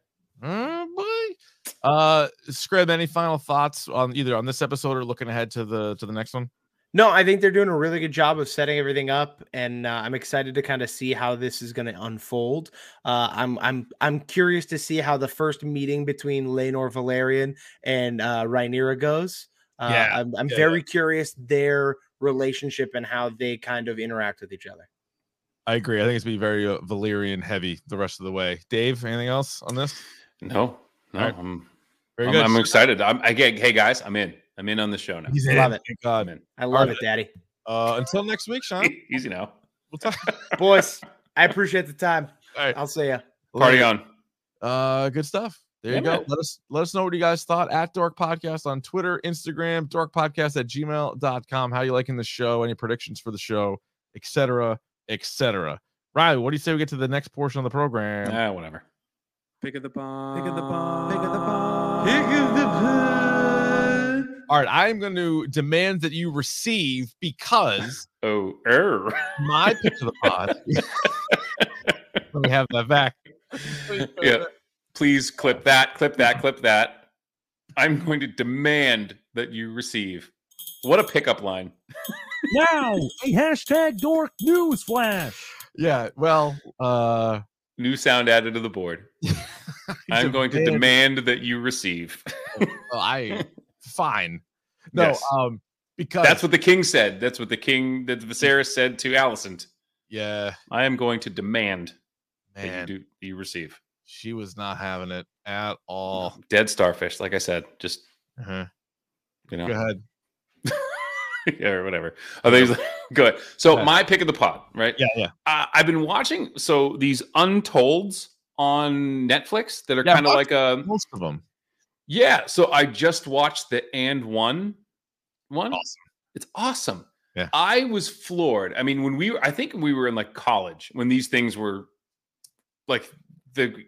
Speaker 10: yeah.
Speaker 9: Oh, boy. Uh, Scrib, any final thoughts on either on this episode or looking ahead to the to the next one?
Speaker 11: No, I think they're doing a really good job of setting everything up, and uh, I'm excited to kind of see how this is going to unfold. Uh, I'm I'm I'm curious to see how the first meeting between Lenor Valerian and uh, Rhaenyra goes. Uh,
Speaker 9: Yeah,
Speaker 11: I'm, I'm
Speaker 9: yeah,
Speaker 11: very curious their relationship and how they kind of interact with each other.
Speaker 9: I agree. I think it's gonna be very uh, Valyrian heavy the rest of the way. Dave, anything else on this?
Speaker 10: No, no,
Speaker 9: All right.
Speaker 10: I'm,
Speaker 9: Very
Speaker 10: I'm,
Speaker 9: good.
Speaker 10: I'm excited. I'm, I get, hey guys, I'm in. I'm in on the show now.
Speaker 9: He's
Speaker 11: Love it.
Speaker 9: Thank God.
Speaker 11: I love
Speaker 9: right.
Speaker 11: it, Daddy.
Speaker 9: Uh, until next week, Sean.
Speaker 10: Easy now.
Speaker 11: Boys, I appreciate the time. I'll see ya.
Speaker 10: Party on.
Speaker 9: Uh, good stuff. There you
Speaker 10: Yeah.
Speaker 9: go. Let us let us know what you guys thought at Dork Podcast on Twitter, Instagram, Dork Podcast at gmail.com. How you liking the show? Any predictions for the show, etc., etc. Riley, what do you say we get to the next portion of the program?
Speaker 10: Yeah, Ah, whatever.
Speaker 5: Pick of the bomb. Pick of the bomb. Pick of the bomb.
Speaker 9: All right, I am going to demand that you receive because
Speaker 10: oh, err.
Speaker 9: my pick of the pod. Let me have that back.
Speaker 10: yeah. Please clip that, clip that, clip that. I'm going to demand that you receive. What a pickup line.
Speaker 14: Now, a hashtag dork news flash.
Speaker 9: Yeah. Well, uh
Speaker 10: new sound added to the board. I'm going to demand that you receive.
Speaker 9: Well, I fine. No,
Speaker 10: Yes.
Speaker 9: um, because
Speaker 10: That's what the king said. That's what the king, that Viserys said to Alicent.
Speaker 9: Yeah.
Speaker 10: I am going to demand
Speaker 9: Man.
Speaker 10: that you, do, you receive.
Speaker 9: she was not having it at all.
Speaker 10: Dead starfish, like I said, just,
Speaker 9: Uh-huh.
Speaker 10: you know.
Speaker 9: Go ahead.
Speaker 10: yeah, or whatever. I think it's good. So
Speaker 9: Yeah.
Speaker 10: my pick of the pot, right?
Speaker 9: Yeah, yeah.
Speaker 10: Uh, I've been watching so these Untolds on Netflix that are kind of like a
Speaker 9: most of them.
Speaker 10: Yeah, so I just watched the and one one. It's awesome.
Speaker 9: Yeah.
Speaker 10: I was floored. I mean, when we were, I think we were in like college when these things were like the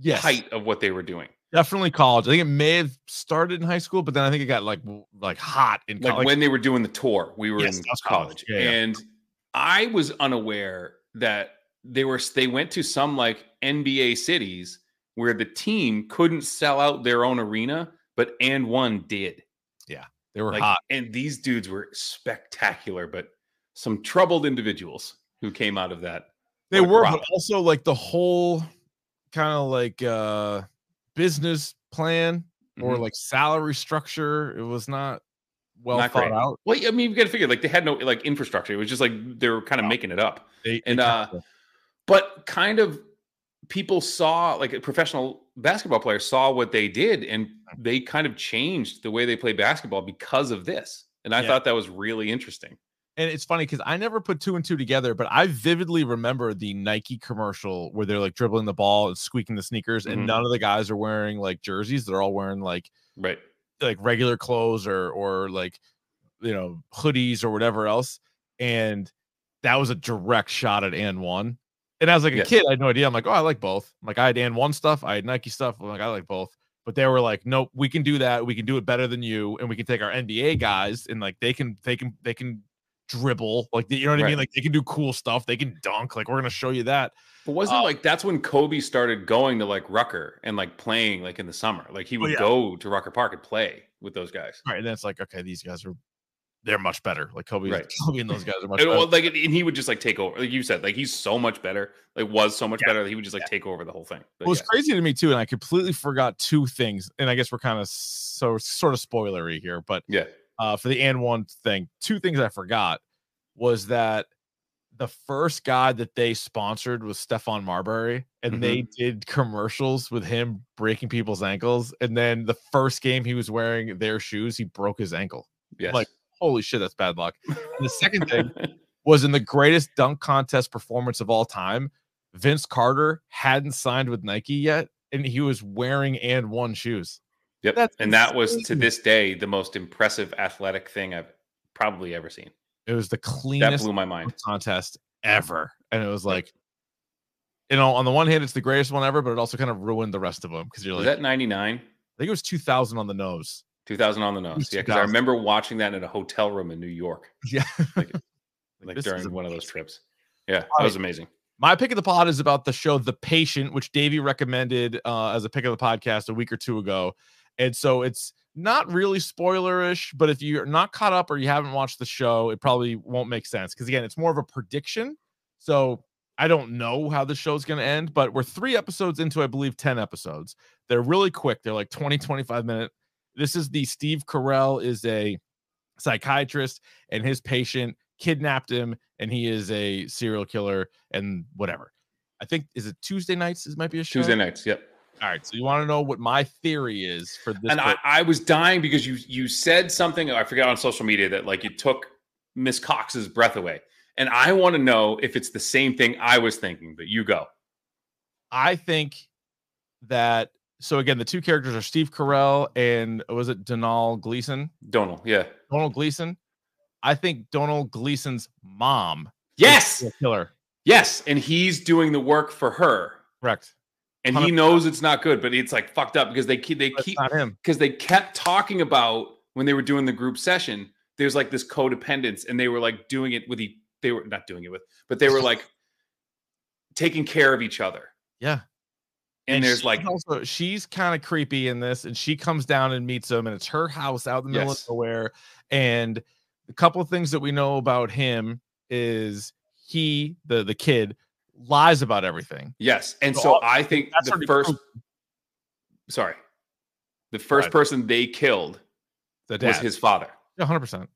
Speaker 9: Yes.
Speaker 10: height of what they were doing.
Speaker 9: Definitely college. I think it may have started in high school, but then I think it got like w- like hot in
Speaker 10: like
Speaker 9: college.
Speaker 10: when they were doing the tour we were
Speaker 9: Yes,
Speaker 10: in
Speaker 9: that was
Speaker 10: college,
Speaker 9: college. Yeah, yeah.
Speaker 10: and i was unaware that they were they went to some like nba cities where the team couldn't sell out their own arena but and one did
Speaker 9: yeah they were
Speaker 10: hot and these dudes were spectacular but some troubled individuals who came out of that
Speaker 9: they
Speaker 10: What a
Speaker 9: were,
Speaker 10: crop.
Speaker 9: but also like the whole kind of like uh business plan or
Speaker 10: Mhm.
Speaker 9: like salary structure. It was not well
Speaker 10: Not
Speaker 9: thought
Speaker 10: great.
Speaker 9: out.
Speaker 10: Well, I mean, you got to figure like they had no like infrastructure. It was just like they were kind of making it up. and uh, but kind of people saw like professional basketball players saw what they did, and they kind of changed the way they play basketball because of this. And I
Speaker 9: Yeah.
Speaker 10: thought that was really interesting.
Speaker 9: and it's funny because I never put two and two together, but I vividly remember the Nike commercial where they're like dribbling the ball and squeaking the sneakers,
Speaker 10: Mhm.
Speaker 9: and none of the guys are wearing like jerseys; they're all wearing like
Speaker 10: right
Speaker 9: like regular clothes or or like you know hoodies or whatever else. And that was a direct shot at and one. And I was like a
Speaker 10: Yes.
Speaker 9: kid, I had no idea. I'm like, oh, I like both. I'm like I had and one stuff, I had Nike stuff. I'm like I like both. But they were like, nope, we can do that. We can do it better than you, and we can take our NBA guys and like they can they can they can dribble. Like you know what I mean?
Speaker 10: Right.
Speaker 9: Like they can do cool stuff. They can dunk. Like we're gonna show you that.
Speaker 10: But
Speaker 9: Uh
Speaker 10: wasn't it like that's when Kobe started going to like Rucker and like playing like in the summer? Like he
Speaker 9: Oh,
Speaker 10: would
Speaker 9: yeah.
Speaker 10: go to Rucker Park and play with those guys.
Speaker 9: Right. And then it's like, okay, these guys are they're much better. Like Kobe,
Speaker 10: Right.
Speaker 9: Kobe and those guys are much
Speaker 10: And,
Speaker 9: better.
Speaker 10: well, like, and he would just like take over. Like you said, like he's so much better. Like was so much better that he would just like take over the whole thing. But
Speaker 9: Well, it's crazy to me too, and I completely forgot two things. And I guess we're kind of so sort of spoilery here, but
Speaker 10: yeah,
Speaker 9: uh, for the and one thing, two things I forgot was that the first guy that they sponsored was Stefan Marbury, and they did commercials with him breaking people's ankles. And then the first game he was wearing their shoes, he broke his ankle. I'm
Speaker 10: Yes.
Speaker 9: Like, holy shit, that's bad luck. And the second thing was in the greatest dunk contest performance of all time. Vince Carter hadn't signed with Nike yet, and he was wearing and one shoes.
Speaker 10: Yep.
Speaker 9: That's
Speaker 10: and that was to
Speaker 9: insane.
Speaker 10: this day the most impressive athletic thing I've probably ever seen.
Speaker 9: It was the cleanest
Speaker 10: blew my mind.
Speaker 9: contest ever. And it was like, you know, on the one hand, it's the greatest one ever, but it also kind of ruined the rest of them because you're
Speaker 10: Was
Speaker 9: like,
Speaker 10: that 99?
Speaker 9: I think it was 2000 on the nose.
Speaker 10: 2000 on the nose. Yeah. Cause I
Speaker 9: 2000.
Speaker 10: remember watching that in a hotel room in New York,
Speaker 9: Yeah.
Speaker 10: like
Speaker 9: this is
Speaker 10: during one of those trips. Yeah. That
Speaker 9: Right.
Speaker 10: was amazing.
Speaker 9: My pick of the pod is about the show The Patient, which Davey recommended uh, as a pick of the podcast a week or two ago. And so it's not really spoilerish, but if you're not caught up or you haven't watched the show, it probably won't make sense. Because again, it's more of a prediction. So I don't know how the show's going to end, but we're three episodes into, I believe, 10 episodes. They're really quick, they're like 20, 25 minute. This is the Steve Carell is a psychiatrist and his patient kidnapped him and he is a serial killer and whatever. I think is it Tuesday nights is might be a show.
Speaker 10: Tuesday nights. Yep.
Speaker 9: All right. So you want to know what my theory is for this
Speaker 10: and I, I was dying because you you said something I forgot on social media that like you took Miss Cox's breath away, and I want to know if it's the same thing I was thinking. But you go.
Speaker 9: I think that so again, the two characters are Steve Carell and was it Donal Gleason?
Speaker 10: Donald, yeah.
Speaker 9: Donald Gleason. I think Donald Gleason's mom.
Speaker 10: Yes.
Speaker 9: killer.
Speaker 10: Yes, and he's doing the work for her.
Speaker 9: Correct.
Speaker 10: And he knows it's not good, but it's like fucked up because they keep they keep
Speaker 9: not him.
Speaker 10: because they kept talking about when they were doing the group session, there's like this codependence, and they were like doing it with each. They were not doing it with, but they were like taking care of each other.
Speaker 9: Yeah.
Speaker 10: And, there's
Speaker 9: she's
Speaker 10: like
Speaker 9: also she's kind of creepy in this, and she comes down and meets him, and it's her house out in the middle
Speaker 10: Yes.
Speaker 9: of nowhere. And a couple of things that we know about him is he, the the kid, lies about everything.
Speaker 10: Yes. And
Speaker 9: So
Speaker 10: so,
Speaker 9: all-
Speaker 10: I think
Speaker 9: that's
Speaker 10: the
Speaker 9: already
Speaker 10: first
Speaker 9: proven.
Speaker 10: sorry. The first
Speaker 9: ahead.
Speaker 10: person they killed
Speaker 9: The
Speaker 10: was
Speaker 9: dad.
Speaker 10: his father.
Speaker 9: Yeah, hundred percent.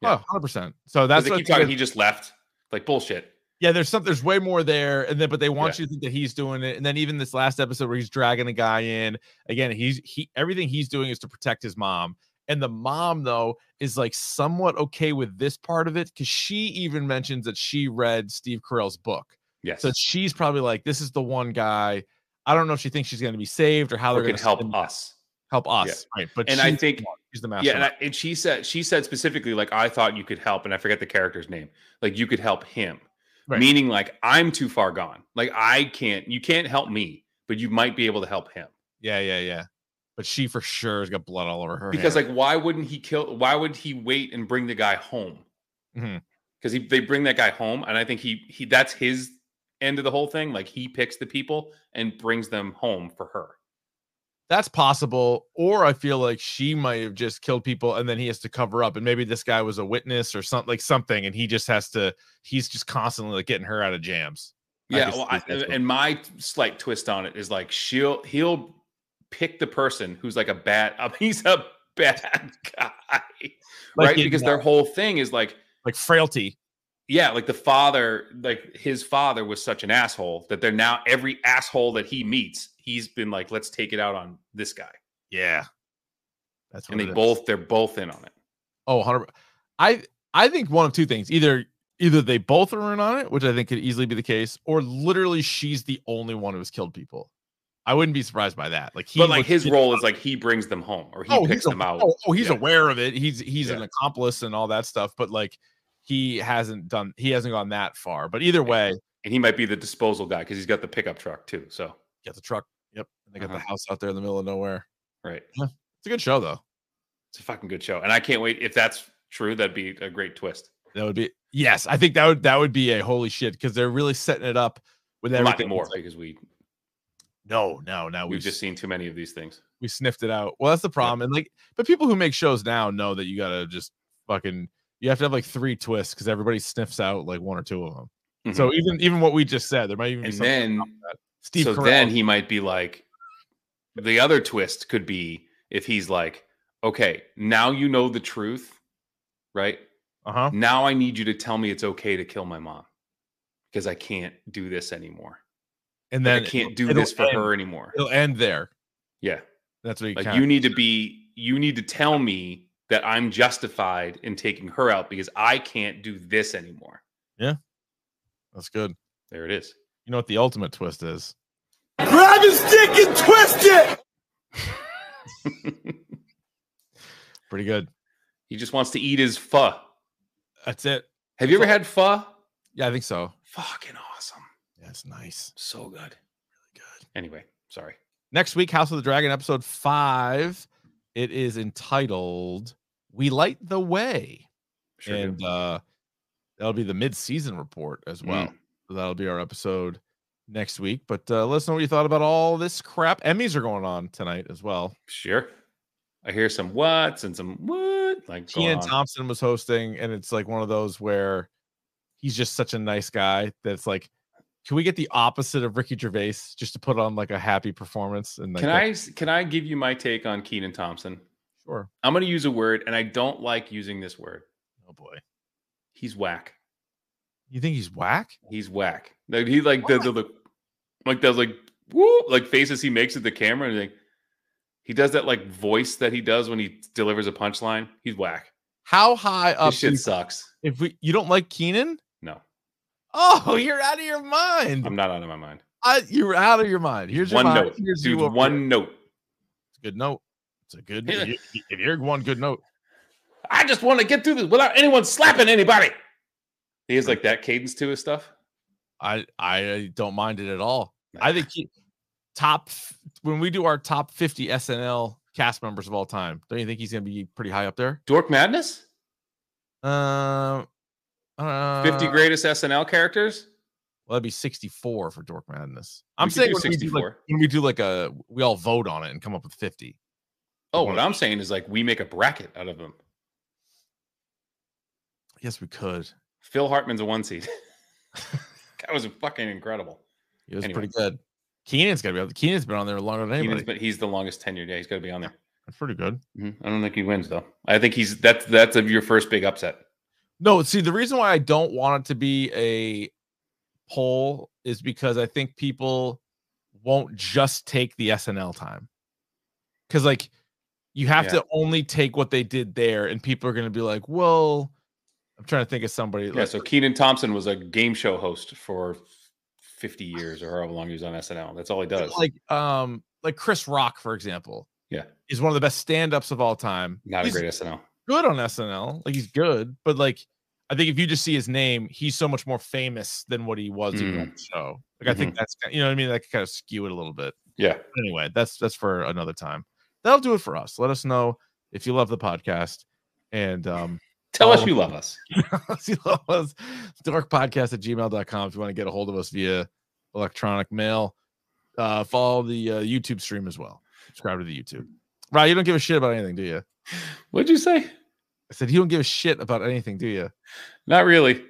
Speaker 9: Yeah, hundred percent. So
Speaker 10: 'Cause
Speaker 9: that's
Speaker 10: they
Speaker 9: what
Speaker 10: keep talking, he just left. Like bullshit.
Speaker 9: Yeah, there's something. There's way more there, and then but they want you to think that he's doing it, and then even this last episode where he's dragging a guy in again. He's he everything he's doing is to protect his mom, and the mom though is like somewhat okay with this part of it because she even mentions that she read Steve Carell's book.
Speaker 10: Yes.
Speaker 9: so she's probably like, this is the one guy. I don't know if she thinks she's going to be saved or how
Speaker 10: Or
Speaker 9: they're
Speaker 10: can
Speaker 9: going to
Speaker 10: help us.
Speaker 9: Help
Speaker 10: Yeah.
Speaker 9: us, right? But
Speaker 10: and I
Speaker 9: she's the
Speaker 10: think
Speaker 9: one. she's the
Speaker 10: Yeah, and,
Speaker 9: mastermind.
Speaker 10: I, and she said she said specifically like I thought you could help, and I forget the character's name. Like you could help him,
Speaker 9: Right.
Speaker 10: meaning like I'm too far gone. Like I can't. You can't help me, but you might be able to help him.
Speaker 9: yeah, yeah, yeah. But she for sure has got blood all over her
Speaker 10: because
Speaker 9: hands.
Speaker 10: like why wouldn't he kill? Why would he wait and bring the guy home?
Speaker 9: Mhm.
Speaker 10: because he they bring that guy home, and I think he he that's his end of the whole thing. Like he picks the people and brings them home for her.
Speaker 9: That's possible. Or I feel like she might have just killed people and then he has to cover up. And maybe this guy was a witness or something like something. And he just has to, he's just constantly like getting her out of jams. I
Speaker 10: Yeah,
Speaker 9: could
Speaker 10: well,
Speaker 9: see
Speaker 10: I,
Speaker 9: that's what-
Speaker 10: and my slight twist on it is like she'll he'll pick the person who's like a bad uh, he's a bad guy,
Speaker 9: Like
Speaker 10: right?
Speaker 9: in,
Speaker 10: Because
Speaker 9: uh,
Speaker 10: their whole thing is like
Speaker 9: like frailty.
Speaker 10: Yeah, like the father, like his father was such an asshole that they're now every asshole that he meets, he's been like, let's take it out on this guy,
Speaker 9: Yeah. Oh, That's
Speaker 10: and
Speaker 9: what
Speaker 10: they
Speaker 9: it is.
Speaker 10: both they're both in on it.
Speaker 9: Oh, 100 I I think one of two things. Either either they both are in on it, which I think could easily be the case, or literally she's the only one who has killed people. I wouldn't be surprised by that. Like he
Speaker 10: but like
Speaker 9: was-
Speaker 10: his role is like he brings them home or he
Speaker 9: Oh,
Speaker 10: picks
Speaker 9: he's a-
Speaker 10: them out.
Speaker 9: Oh, oh, he's
Speaker 10: Yeah.
Speaker 9: aware of it. He's he's an
Speaker 10: Yeah.
Speaker 9: accomplice and all that stuff, but like he hasn't done he hasn't gone that far. But either way,
Speaker 10: and he might be the disposal guy because he's got the pickup truck too. So
Speaker 9: got the truck. Yep. And they got the
Speaker 10: Uh-huh.
Speaker 9: house out there in the middle of nowhere.
Speaker 10: right,
Speaker 9: Yeah. It's a good show though.
Speaker 10: it's a fucking good show, and I can't wait. If that's true, that'd be a great twist.
Speaker 9: That would be yes, I think that would that would be a holy shit because they're really setting it up with
Speaker 10: Well, Not
Speaker 9: everything.
Speaker 10: more
Speaker 9: It's like,
Speaker 10: because we
Speaker 9: no, no, no.
Speaker 10: we've just seen too many of these things.
Speaker 9: we sniffed it out. Well, that's the problem. And like, but people who make shows now know that you gotta just fucking you have to have like three twists because everybody sniffs out like one or two of them. So even even what we just said, there might even
Speaker 10: Mm-hmm. and
Speaker 9: be something
Speaker 10: then
Speaker 9: Steve
Speaker 10: so
Speaker 9: Carell.
Speaker 10: then he might be like the other twist could be if he's like okay now you know the truth right
Speaker 9: uh-huh
Speaker 10: now i need you to tell me it's okay to kill my mom because i can't do this anymore
Speaker 9: and
Speaker 10: Like,
Speaker 9: then
Speaker 10: i can't do
Speaker 9: it'll
Speaker 10: this for
Speaker 9: end-
Speaker 10: her anymore
Speaker 9: It'll end there.
Speaker 10: yeah
Speaker 9: That's what you
Speaker 10: like
Speaker 9: kinda-
Speaker 10: you need to be you need to tell me that i'm justified in taking her out because i can't do this anymore
Speaker 9: That's good.
Speaker 10: there it is
Speaker 9: You know what the ultimate twist is?
Speaker 4: Grab his dick and twist it.
Speaker 9: Pretty good.
Speaker 10: he just wants to eat his pho
Speaker 9: That's it.
Speaker 10: have you ever had pho
Speaker 9: Yeah, I think so.
Speaker 10: fucking awesome
Speaker 9: That's nice.
Speaker 10: so good really good anyway sorry
Speaker 9: Next week, House of the Dragon, episode five. It is entitled "We Light the Way,"
Speaker 10: Sure do.
Speaker 9: and uh, that'll be the mid-season report as well.
Speaker 10: Mm.
Speaker 9: So that'll be our episode next week. But uh, let us know what you thought about all this crap. Emmys are going on tonight as well.
Speaker 10: Sure. I hear some whats and some what like going
Speaker 9: Kenan
Speaker 10: on.
Speaker 9: Thompson was hosting, and it's like one of those where he's just such a nice guy that's like, can we get the opposite of Ricky Gervais just to put on like a happy performance? And like,
Speaker 10: Can
Speaker 9: that-
Speaker 10: I s- can I give you my take on Keenan Thompson?
Speaker 9: Sure.
Speaker 10: I'm going to use a word and I don't like using this word.
Speaker 9: Oh boy,
Speaker 10: He's whack.
Speaker 9: you think he's whack?
Speaker 10: He's whack. Like he like does the look like does like whoop like faces he makes at the camera and like he does that like voice that he does when he delivers a punchline. He's whack.
Speaker 9: How high up?
Speaker 10: This
Speaker 9: do
Speaker 10: shit
Speaker 9: you-
Speaker 10: sucks.
Speaker 9: If we, you don't like Keenan,
Speaker 10: No,
Speaker 9: oh, you're out of your mind.
Speaker 10: I'm not out of my mind.
Speaker 9: I, you're out of your mind. Here's your
Speaker 10: one
Speaker 9: mind.
Speaker 10: note,
Speaker 9: Here's you
Speaker 10: dude.
Speaker 9: over
Speaker 10: One
Speaker 9: here.
Speaker 10: note.
Speaker 9: It's a good note. It's a good.
Speaker 10: Yeah.
Speaker 9: If, you, if you're one good note,
Speaker 10: I just want to get through this without anyone slapping anybody. He has like that cadence to his stuff.
Speaker 9: I I uh, don't mind it at all. I think he, top f- when we do our top 50 SNL cast members of all time. Don't you think he's going to be pretty high up there?
Speaker 10: Dork Madness?
Speaker 9: Um, uh,
Speaker 10: 50 greatest SNL characters?
Speaker 9: Well, that'd be 64 for Dork Madness.
Speaker 10: We
Speaker 9: I'm
Speaker 10: could
Speaker 9: saying
Speaker 10: do
Speaker 9: when we, do like,
Speaker 10: 64.
Speaker 9: when we do like a, we all vote on it and come up with 50.
Speaker 10: Oh, what I'm saying is like we make a bracket out of them.
Speaker 9: Yes, we could.
Speaker 10: Phil Hartman's a one seed. that was fucking incredible.
Speaker 9: It was
Speaker 10: Anyway.
Speaker 9: pretty good. Keenan's got to be up. Keenan's been on there longer than anybody.
Speaker 10: But he's the longest tenured. Yeah, he's got to be on there.
Speaker 9: That's pretty good.
Speaker 10: Mm-hmm. I don't think he wins though. I think he's that's that's of your first big upset.
Speaker 9: No, see, the reason why I don't want it to be a poll is because I think people won't just take the SNL time. Because, like, you have
Speaker 10: Yeah.
Speaker 9: to only take what they did there, and people are going to be like, well, I'm trying to think of somebody.
Speaker 10: Yeah,
Speaker 9: like,
Speaker 10: so Keenan Thompson was a game show host for 50 years or however long he was on SNL. That's all he does.
Speaker 9: like, um, like Chris Rock, for example,
Speaker 10: yeah,
Speaker 9: is one of the best stand ups of all time.
Speaker 10: not
Speaker 9: He's
Speaker 10: a great SNL.
Speaker 9: good on SNL. Like, he's good, but like, I think if you just see his name, he's so much more famous than what he was even on
Speaker 10: Mm.
Speaker 9: the show. Like, I think
Speaker 10: Mhm.
Speaker 9: that's ki- you know what I mean. That could kind of skew it a little bit.
Speaker 10: Yeah.
Speaker 9: But anyway, that's that's for another time. That'll do it for us. Let us know if you love the podcast and um
Speaker 10: Tell us
Speaker 9: all-
Speaker 10: you love us.
Speaker 9: us you love us. Darkpodcast at gmail.com if you want to get a hold of us via electronic mail. Uh follow the uh, YouTube stream as well. Subscribe to the YouTube. Right, you don't give a shit about anything, do you?
Speaker 10: What'd you say?
Speaker 9: I said you don't give a shit about anything, do you?
Speaker 10: Not really.